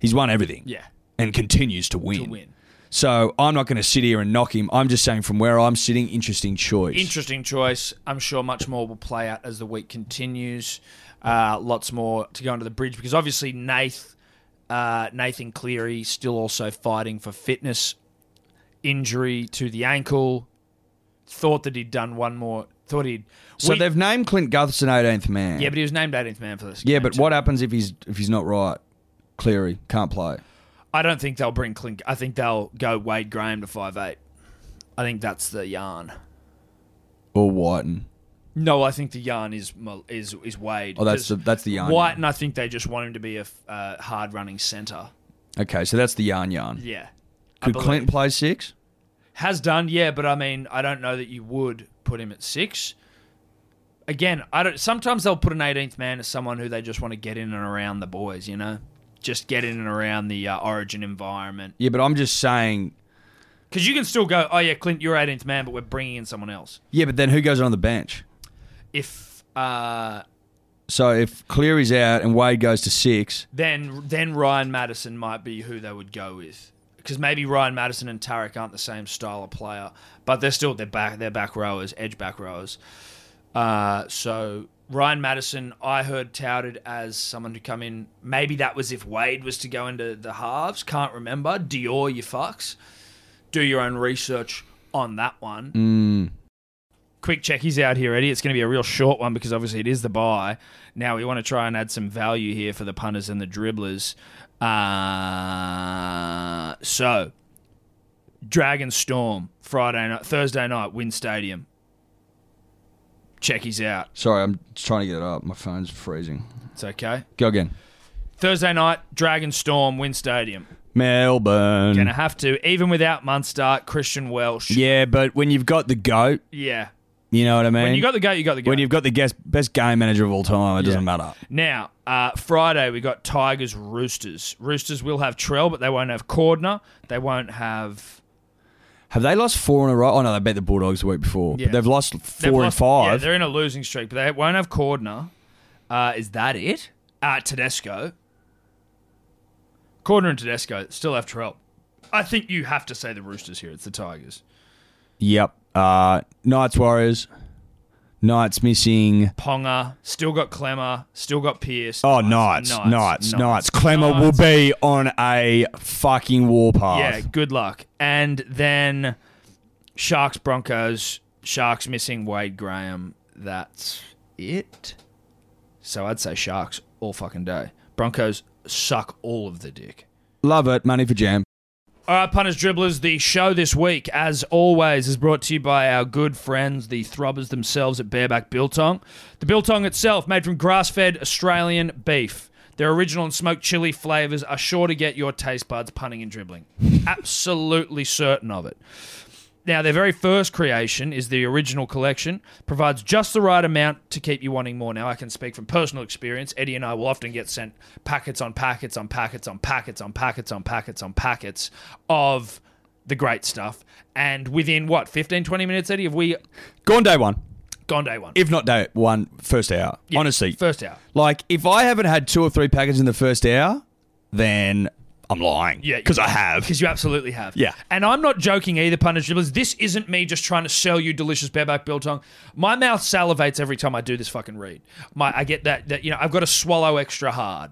He's won everything.
Yeah.
And continues to win.
win.
So I'm not going to sit here and knock him. I'm just saying from where I'm sitting, interesting choice.
Interesting choice. I'm sure much more will play out as the week continues. Uh, lots more to go under the bridge because obviously Nath, uh, Nathan Cleary still also fighting for fitness injury to the ankle. Thought that he'd done one more. Thought he'd.
so
we-
they've named Clint Gutherson 18th man.
yeah, but he was named 18th man for this.
yeah,
game,
but
so
what happens if he's if he's not right? Cleary can't play.
I don't think they'll bring Clink. I think they'll go Wade Graham to five eight. I think that's the yarn.
Or Whiten.
No, I think the yarn is Mal- is is Wade.
Oh, that's the
'Cause
that's the yarn.
White, and I think they just want him to be a f- uh, hard running center.
Okay, so that's the yarn yarn.
Yeah, I
Could
believe.
Clint play six?
has done. Yeah, but I mean, I don't know that you would put him at six. Again, I don't. Sometimes they'll put an 18th man as someone who they just want to get in and around the boys. You know, just get in and around the uh, Origin environment
Yeah, but I'm just saying.
because you can still go. Oh yeah, Clint, you're 18th man, but we're bringing in someone else.
Yeah, but then who goes on the bench?
If uh,
So if Cleary's out and Wade goes to six,
then then Ryan Madison might be who they would go with because maybe Ryan Madison and Tarek aren't the same style of player, but they're still they're back they're back rowers, edge back rowers. Uh, so Ryan Madison, I heard touted as someone to come in. Maybe that was if Wade was to go into the halves. Can't remember. Dior, you fucks. Do your own research on that one. Quick check, he's out here, Eddie. It's going to be a real short one because obviously it is the buy. Now we want to try and add some value here for the punters and the dribblers. Uh, so, Dragon Storm Friday night, Thursday night, Win Stadium. Check he's out.
Sorry, I'm just trying to get it up. My phone's freezing.
It's okay.
Go again.
Thursday night, Dragon Storm, Win Stadium.
Melbourne.
Gonna have to, even without Munster, Christian Welsh.
yeah, but when you've got the goat,
Yeah.
you know what I mean?
When you got the go, you got the go.
When you've got the guest, best game manager of all time, it doesn't matter.
Now, uh, Friday, we got Tigers Roosters. Roosters will have Trell, but they won't have Cordner. They won't have.
Have they lost four in a row? Oh, no, they bet the Bulldogs the week before.
Yeah.
But they've lost 4
they've
and
lost- Yeah,
five.
they're in a losing streak, but they won't have Cordner. Uh, is that it? Uh, Tedesco. Cordner and Tedesco still have Trell. I think you have to say the Roosters here. It's the Tigers.
yep. Uh, Knights, Warriors. Knight's missing.
Ponga, still got Clemmer, still got Pierce.
Oh, Knights, Knights, Knights. Clemmer will be on a fucking
Yeah,
warpath.
good luck. And then Sharks, Broncos, Sharks missing Wade Graham. That's it. So I'd say Sharks all fucking day. Broncos suck all of the dick.
Love it. Money for jam.
All right, punters, dribblers. The show this week, as always, is brought to you by our good friends, the throbbers themselves at Bareback Biltong. The biltong itself, made from grass-fed Australian beef. Their original and smoked chili flavors are sure to get your taste buds punning and dribbling. Absolutely certain of it. Now, their very first creation is the original collection, provides just the right amount to keep you wanting more. Now, I can speak from personal experience. Eddie and I will often get sent packets on packets on packets on packets on packets on packets on packets of the great stuff. And within what, 15, 20 minutes, Eddie, have we
Gone day one,
gone day one?
if not day one, first hour.
Yeah,
Honestly,
First hour.
like if I haven't had two or three packets in the first hour, then I'm lying.
Yeah,
because I have.
Because you absolutely have.
Yeah.
And I'm not joking either, punters dribblers. This isn't me just trying to sell you delicious bareback biltong. My mouth salivates every time I do this fucking read. My I get that that you know I've got to swallow extra hard,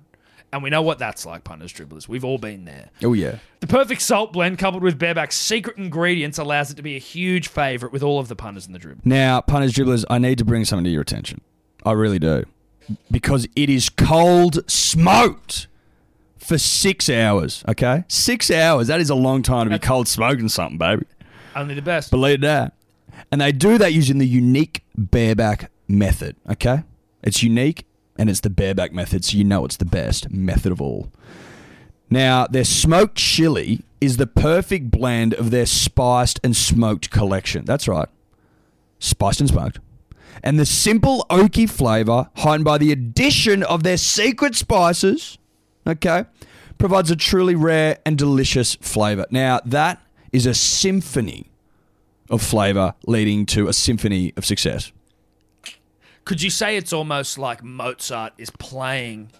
and we know what that's like, punters dribblers. We've all been there.
Oh yeah.
The perfect salt blend coupled with bareback's secret ingredients allows it to be a huge favorite with all of the punters in the dribble.
Now, punters, dribblers, I need to bring something to your attention. I really do. Because it is cold smoked for six hours, okay? Six hours. That is a long time to be cold smoking something, baby.
Only the best.
Believe that. And they do that using the unique bareback method, okay? It's unique and it's the bareback method, so you know it's the best method of all. Now, their smoked chili is the perfect blend of their spiced and smoked collection. That's right. Spiced and smoked. And the simple oaky flavor, heightened by the addition of their secret spices, okay, provides a truly rare and delicious flavor. Now, that is a symphony of flavor leading to a symphony of success.
Could you say it's almost like Mozart is playing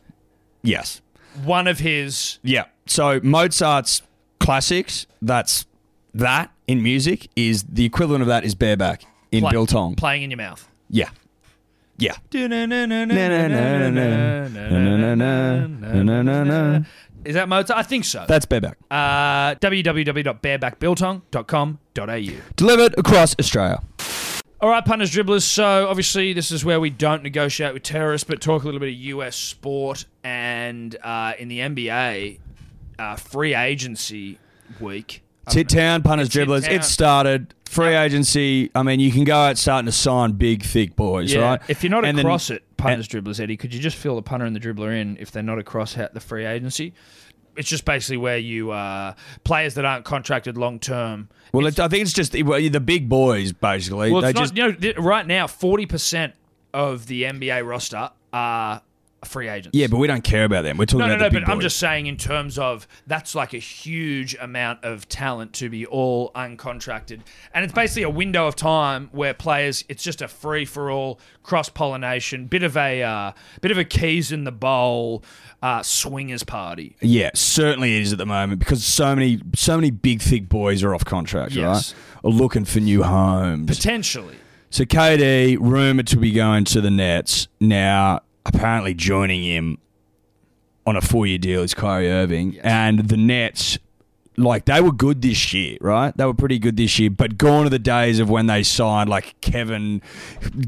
Yes.
one of his
Yeah. So Mozart's classics, that's that in music is the equivalent of that is bareback in
play-
biltong.
playing in your mouth?
yeah. Yeah.
Is that Mozart? I think so.
That's bareback.
Uh, www.barebackbiltong.com.au.
Delivered across Australia.
All right, punters, dribblers. So obviously, this is where we don't negotiate with terrorists, but talk a little bit of US sport and uh, in the NBA, uh, free agency week.
Tit town, punters,
hit
dribblers.
town.
It started. Free agency. I mean, you can go out starting to sign big, thick boys, right?
If you're not
And then-
across it, punters, dribblers, Eddie, could you just fill the punter and the dribbler in if they're not across ha- the free agency? It's just basically where you uh, players that aren't contracted long term.
Well, it, I think it's just well, the big boys, basically.
Well,
they
it's not,
just,
you know, th- right now, forty percent of the NBA roster are free agents.
yeah, but we don't care about them. We're talking
no, no,
about
no. But
the big
I'm
boys.
just saying, in terms of that's like a huge amount of talent to be all uncontracted, and it's basically a window of time where players. It's just a free for all, cross pollination, bit of a uh, bit of a keys in the bowl, uh, swingers party.
Yeah, certainly it is at the moment because so many so many big thick boys are off contract,
Yes.
right? Are looking for new homes.
Potentially,
So KD rumored to be going to the Nets now. Apparently joining him on a four year deal is Kyrie Irving and the Nets. Like they were good this year, right? They were pretty good this year, but gone are the days of when they signed like Kevin,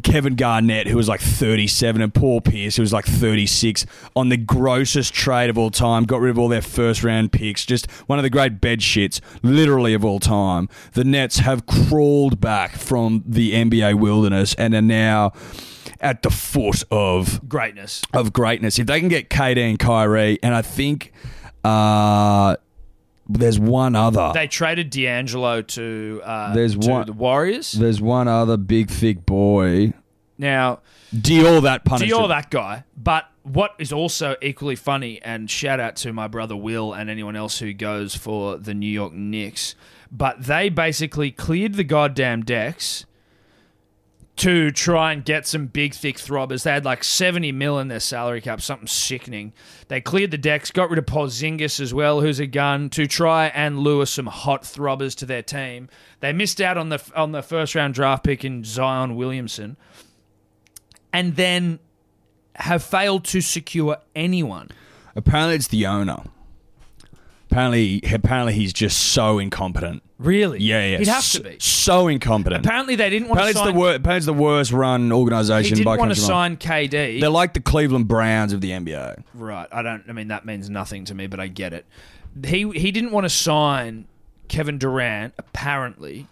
Kevin Garnett, who was like 37, and Paul Pierce, who was like 36, on the grossest trade of all time. Got rid of all their first round picks. Just one of the great bed shits, literally of all time. The Nets have crawled back from the NBA wilderness and are now at the foot of
greatness.
of greatness. If they can get KD and Kyrie, and I think uh, there's one other.
They traded D'Angelo to uh,
There's
to
one-
the Warriors.
there's one other big thick boy.
Now
Dior that
Do
punisher.
you're that guy. But what is also equally funny, and shout out to my brother Will and anyone else who goes for the New York Knicks, but they basically cleared the goddamn decks to try and get some big, thick throbbers. They had like 70 mil in their salary cap, something sickening. They cleared the decks, got rid of Porzingis as well, who's a gun, to try and lure some hot throbbers to their team. They missed out on the on the first round draft pick in Zion Williamson and then have failed to secure anyone.
Apparently, it's the owner. Apparently, apparently he's just so incompetent.
Really?
Yeah, yeah.
He'd have
so,
to be.
so incompetent.
Apparently, they didn't want
Apparently,
to
it's
sign.
the wor- apparently it's the worst run
he
organization
didn't
by
want to
country mile.
sign KD.
They're like the Cleveland Browns of the NBA.
Right. I don't. I mean, that means nothing to me, but I get it. He he didn't want to sign Kevin Durant. Apparently,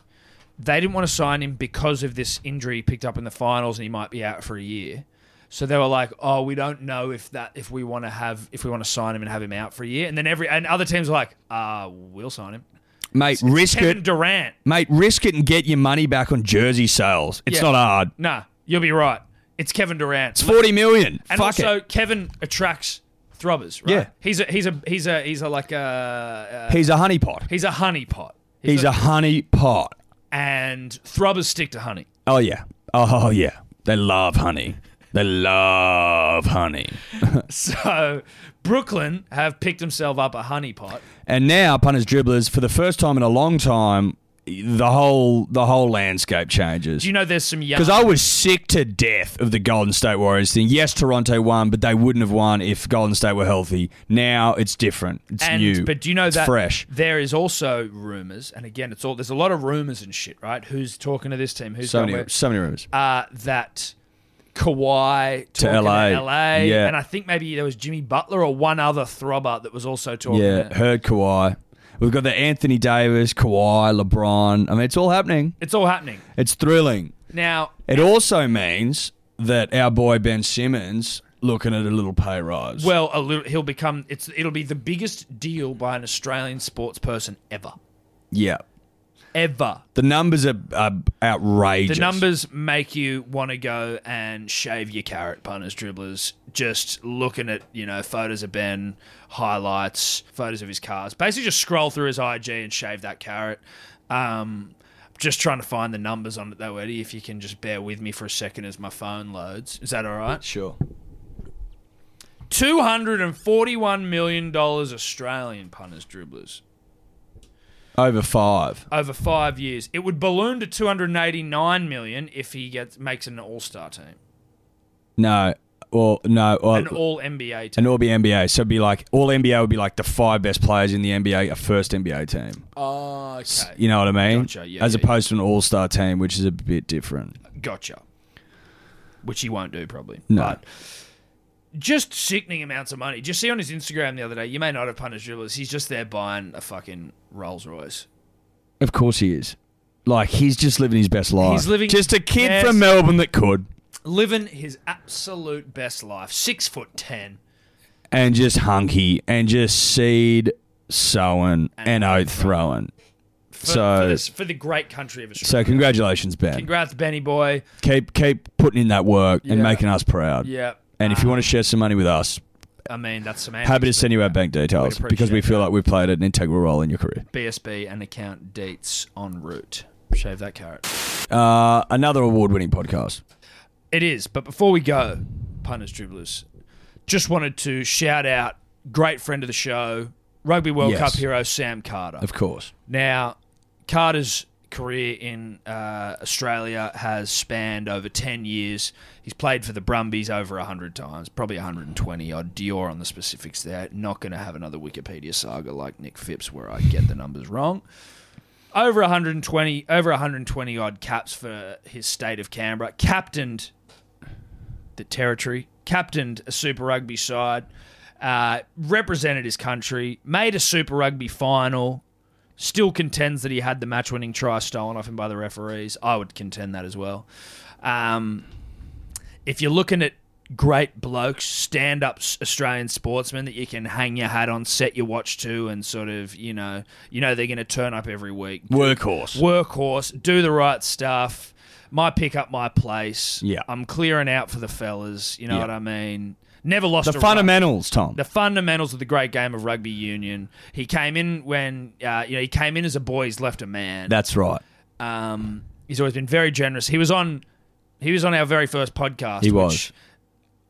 they didn't want to sign him because of this injury he picked up in the finals, and he might be out for a year. So they were like, "Oh, we don't know if that if we want to have if we want to sign him and have him out for a year." And then every and other teams were like, "Ah, we'll sign him."
Mate, risk
Kevin
it.
Durant.
Mate, risk it and get your money back on jersey sales. It's
Yeah.
not hard.
Nah, you'll be right. It's Kevin Durant.
It's 40 million.
And
Fuck
also,
it.
Kevin attracts throbbers. Right?
Yeah.
He's a he's a he's a he's a like a
He's a honeypot.
He's a honey pot.
He's a honeypot.
and throbbers stick to honey.
Oh, yeah. Oh, yeah. They love honey. They love honey.
So Brooklyn have picked themselves up a honey pot.
And now, punters, dribblers, for the first time in a long time, the whole the whole landscape changes.
Do you know there's some young
Because I was sick to death of the Golden State Warriors thing. Yes, Toronto won, but they wouldn't have won if Golden State were healthy. Now it's different. It's
and
new.
but do you know
it's
that
fresh?
there is also rumors, and again it's all there's a lot of rumors and shit, right? Who's talking to this team? Who's
So
going
many,
where?
so many rumors.
uh, that Kawhi
To
talking to LA,
LA. Yeah.
and I think maybe there was Jimmy Butler or one other throbber that was also talking.
yeah,
to-
heard Kawhi. We've got the Anthony Davis, Kawhi, LeBron. I mean, it's all happening.
it's all happening
It's thrilling.
now.
It also means that our boy Ben Simmons looking at a little pay rise.
Well, a little, he'll become it's it'll be the biggest deal by an Australian sports person ever.
yeah.
Ever.
The numbers are, are
The
outrageous.
numbers make you want to go and shave your carrot punters dribblers just looking at, you know, photos of Ben, highlights, photos of his cars. Basically just scroll through his IG and shave that carrot. Um just trying to find the numbers on it though, Eddie, if you can just bear with me for a second as my phone loads. Is that all right?
Sure.
$241 million Australian punters dribblers.
Over five.
over five years. It would balloon to 289 million if he gets makes an All-Star team,
No. Well, no. Well,
an All NBA team.
an all be NBA. So it'd be like all NBA would be like the five best players in the NBA, a first NBA team.
Oh, okay,
You know what I mean?
Gotcha, yeah,
As
yeah,
opposed to an all star team, which is a bit different.
gotcha. Which he won't do probably.
No.
But just sickening amounts of money. Just see on his Instagram the other day. You may not have punished dribblers. He's just there buying a fucking Rolls Royce.
Of course he is. Like he's just living his best life.
He's living-
just a kid
Yes.
from Melbourne that could,
Living his absolute best life. Six foot ten.
and just hunky, and just seed sowing and, oat throwing.
For,
So-
for, this, for the great country of Australia.
So congratulations, Ben.
Congrats, Benny boy.
keep keep putting in that work and
Yeah.
making us proud.
Yeah. Um,
And if you want to share some money with us,
I mean, that's some
happy to send you our bank details because we
appreciate
feel like we've played an integral role in your career.
BSB and account deets en route. Shave that carrot.
Uh, another award-winning podcast.
It is, but before we go, punters, dribblers, just wanted to shout out great friend of the show, Rugby World
Yes.
Cup hero Sam Carter.
Of course.
Now, Carter's career in uh, Australia has spanned over 10 years. He's played for the Brumbies over 100 times, probably 120 odd. Dior on the specifics there. Not going to have another Wikipedia saga like Nick Phipps where I get the numbers wrong. Over 120, over 120 odd caps for his state of Canberra. Captained the territory, captained a Super Rugby side, uh, represented his country, made a Super Rugby final, still contends that he had the match winning try stolen off him by the referees. I would contend that as well. Um, if you're looking at great blokes, stand up Australian sportsmen that you can hang your hat on, set your watch to, and sort of, you know, you know they're going to turn up every week.
Workhorse.
Workhorse, do the right stuff. My pick up my place.
Yeah.
I'm clearing out for the fellas. You know
Yeah.
what I mean? Never lost
The
a run
fundamentals, Tom.
the fundamentals of the great game of rugby union. He came in when uh, you know he came in as a boy. He's left a man.
That's right.
um, he's always been very generous. He was on he was on our very first podcast.
He
which
was.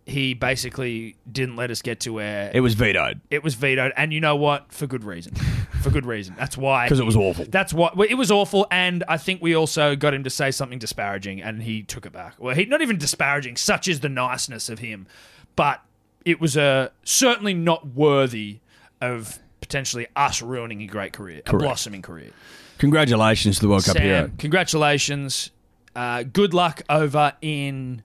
he basically didn't let us get to where
It was vetoed.
it was vetoed, and you know what? For good reason. For good reason. That's why.
'Cause it was awful.
That's what. Well, it was awful, and I think we also got him to say something disparaging, and he took it back. Well, he not even disparaging. Such is the niceness of him, but it was a certainly not worthy of potentially us ruining a great career, a blossoming career.
Congratulations to the World Cup hero.
Sam, congratulations. Uh, good luck over in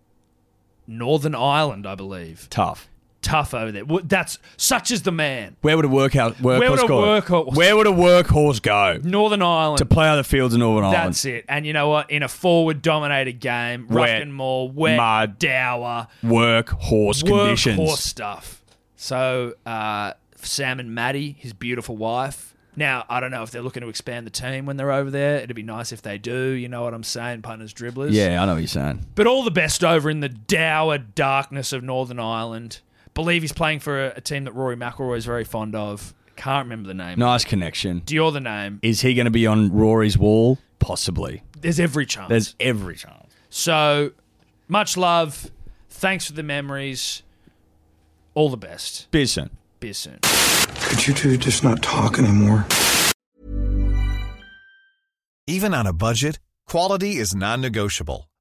Northern Ireland, I believe.
Tough.
Tough over there. Well, That's such is the man.
Where would a workhouse workhorse
would a
go?
workhorse-
Where would a workhorse go
Northern Ireland.
to play other fields in Northern Ireland?
That's it. And you know what? In a forward dominated game, rough
Wet,
and more, wet,
mud,
dour,
Workhorse conditions.
workhorse stuff. So uh, Sam and Maddie, his beautiful wife. Now I don't know if they're looking to expand the team when they're over there. It'd be nice if they do. You know what I'm saying, punters, dribblers.
Yeah, I know what you're saying.
But all the best over in the dour darkness of Northern Ireland. Believe he's playing for a, a team that Rory McIlroy is very fond of. Can't remember the name.
Nice connection.
Do you the name?
Is he going to be on Rory's wall? Possibly.
There's every chance.
There's every chance.
So much love. Thanks for the memories. All the best.
Beer soon.
Be soon.
Could you two just not talk anymore?
Even on a budget, quality is non-negotiable.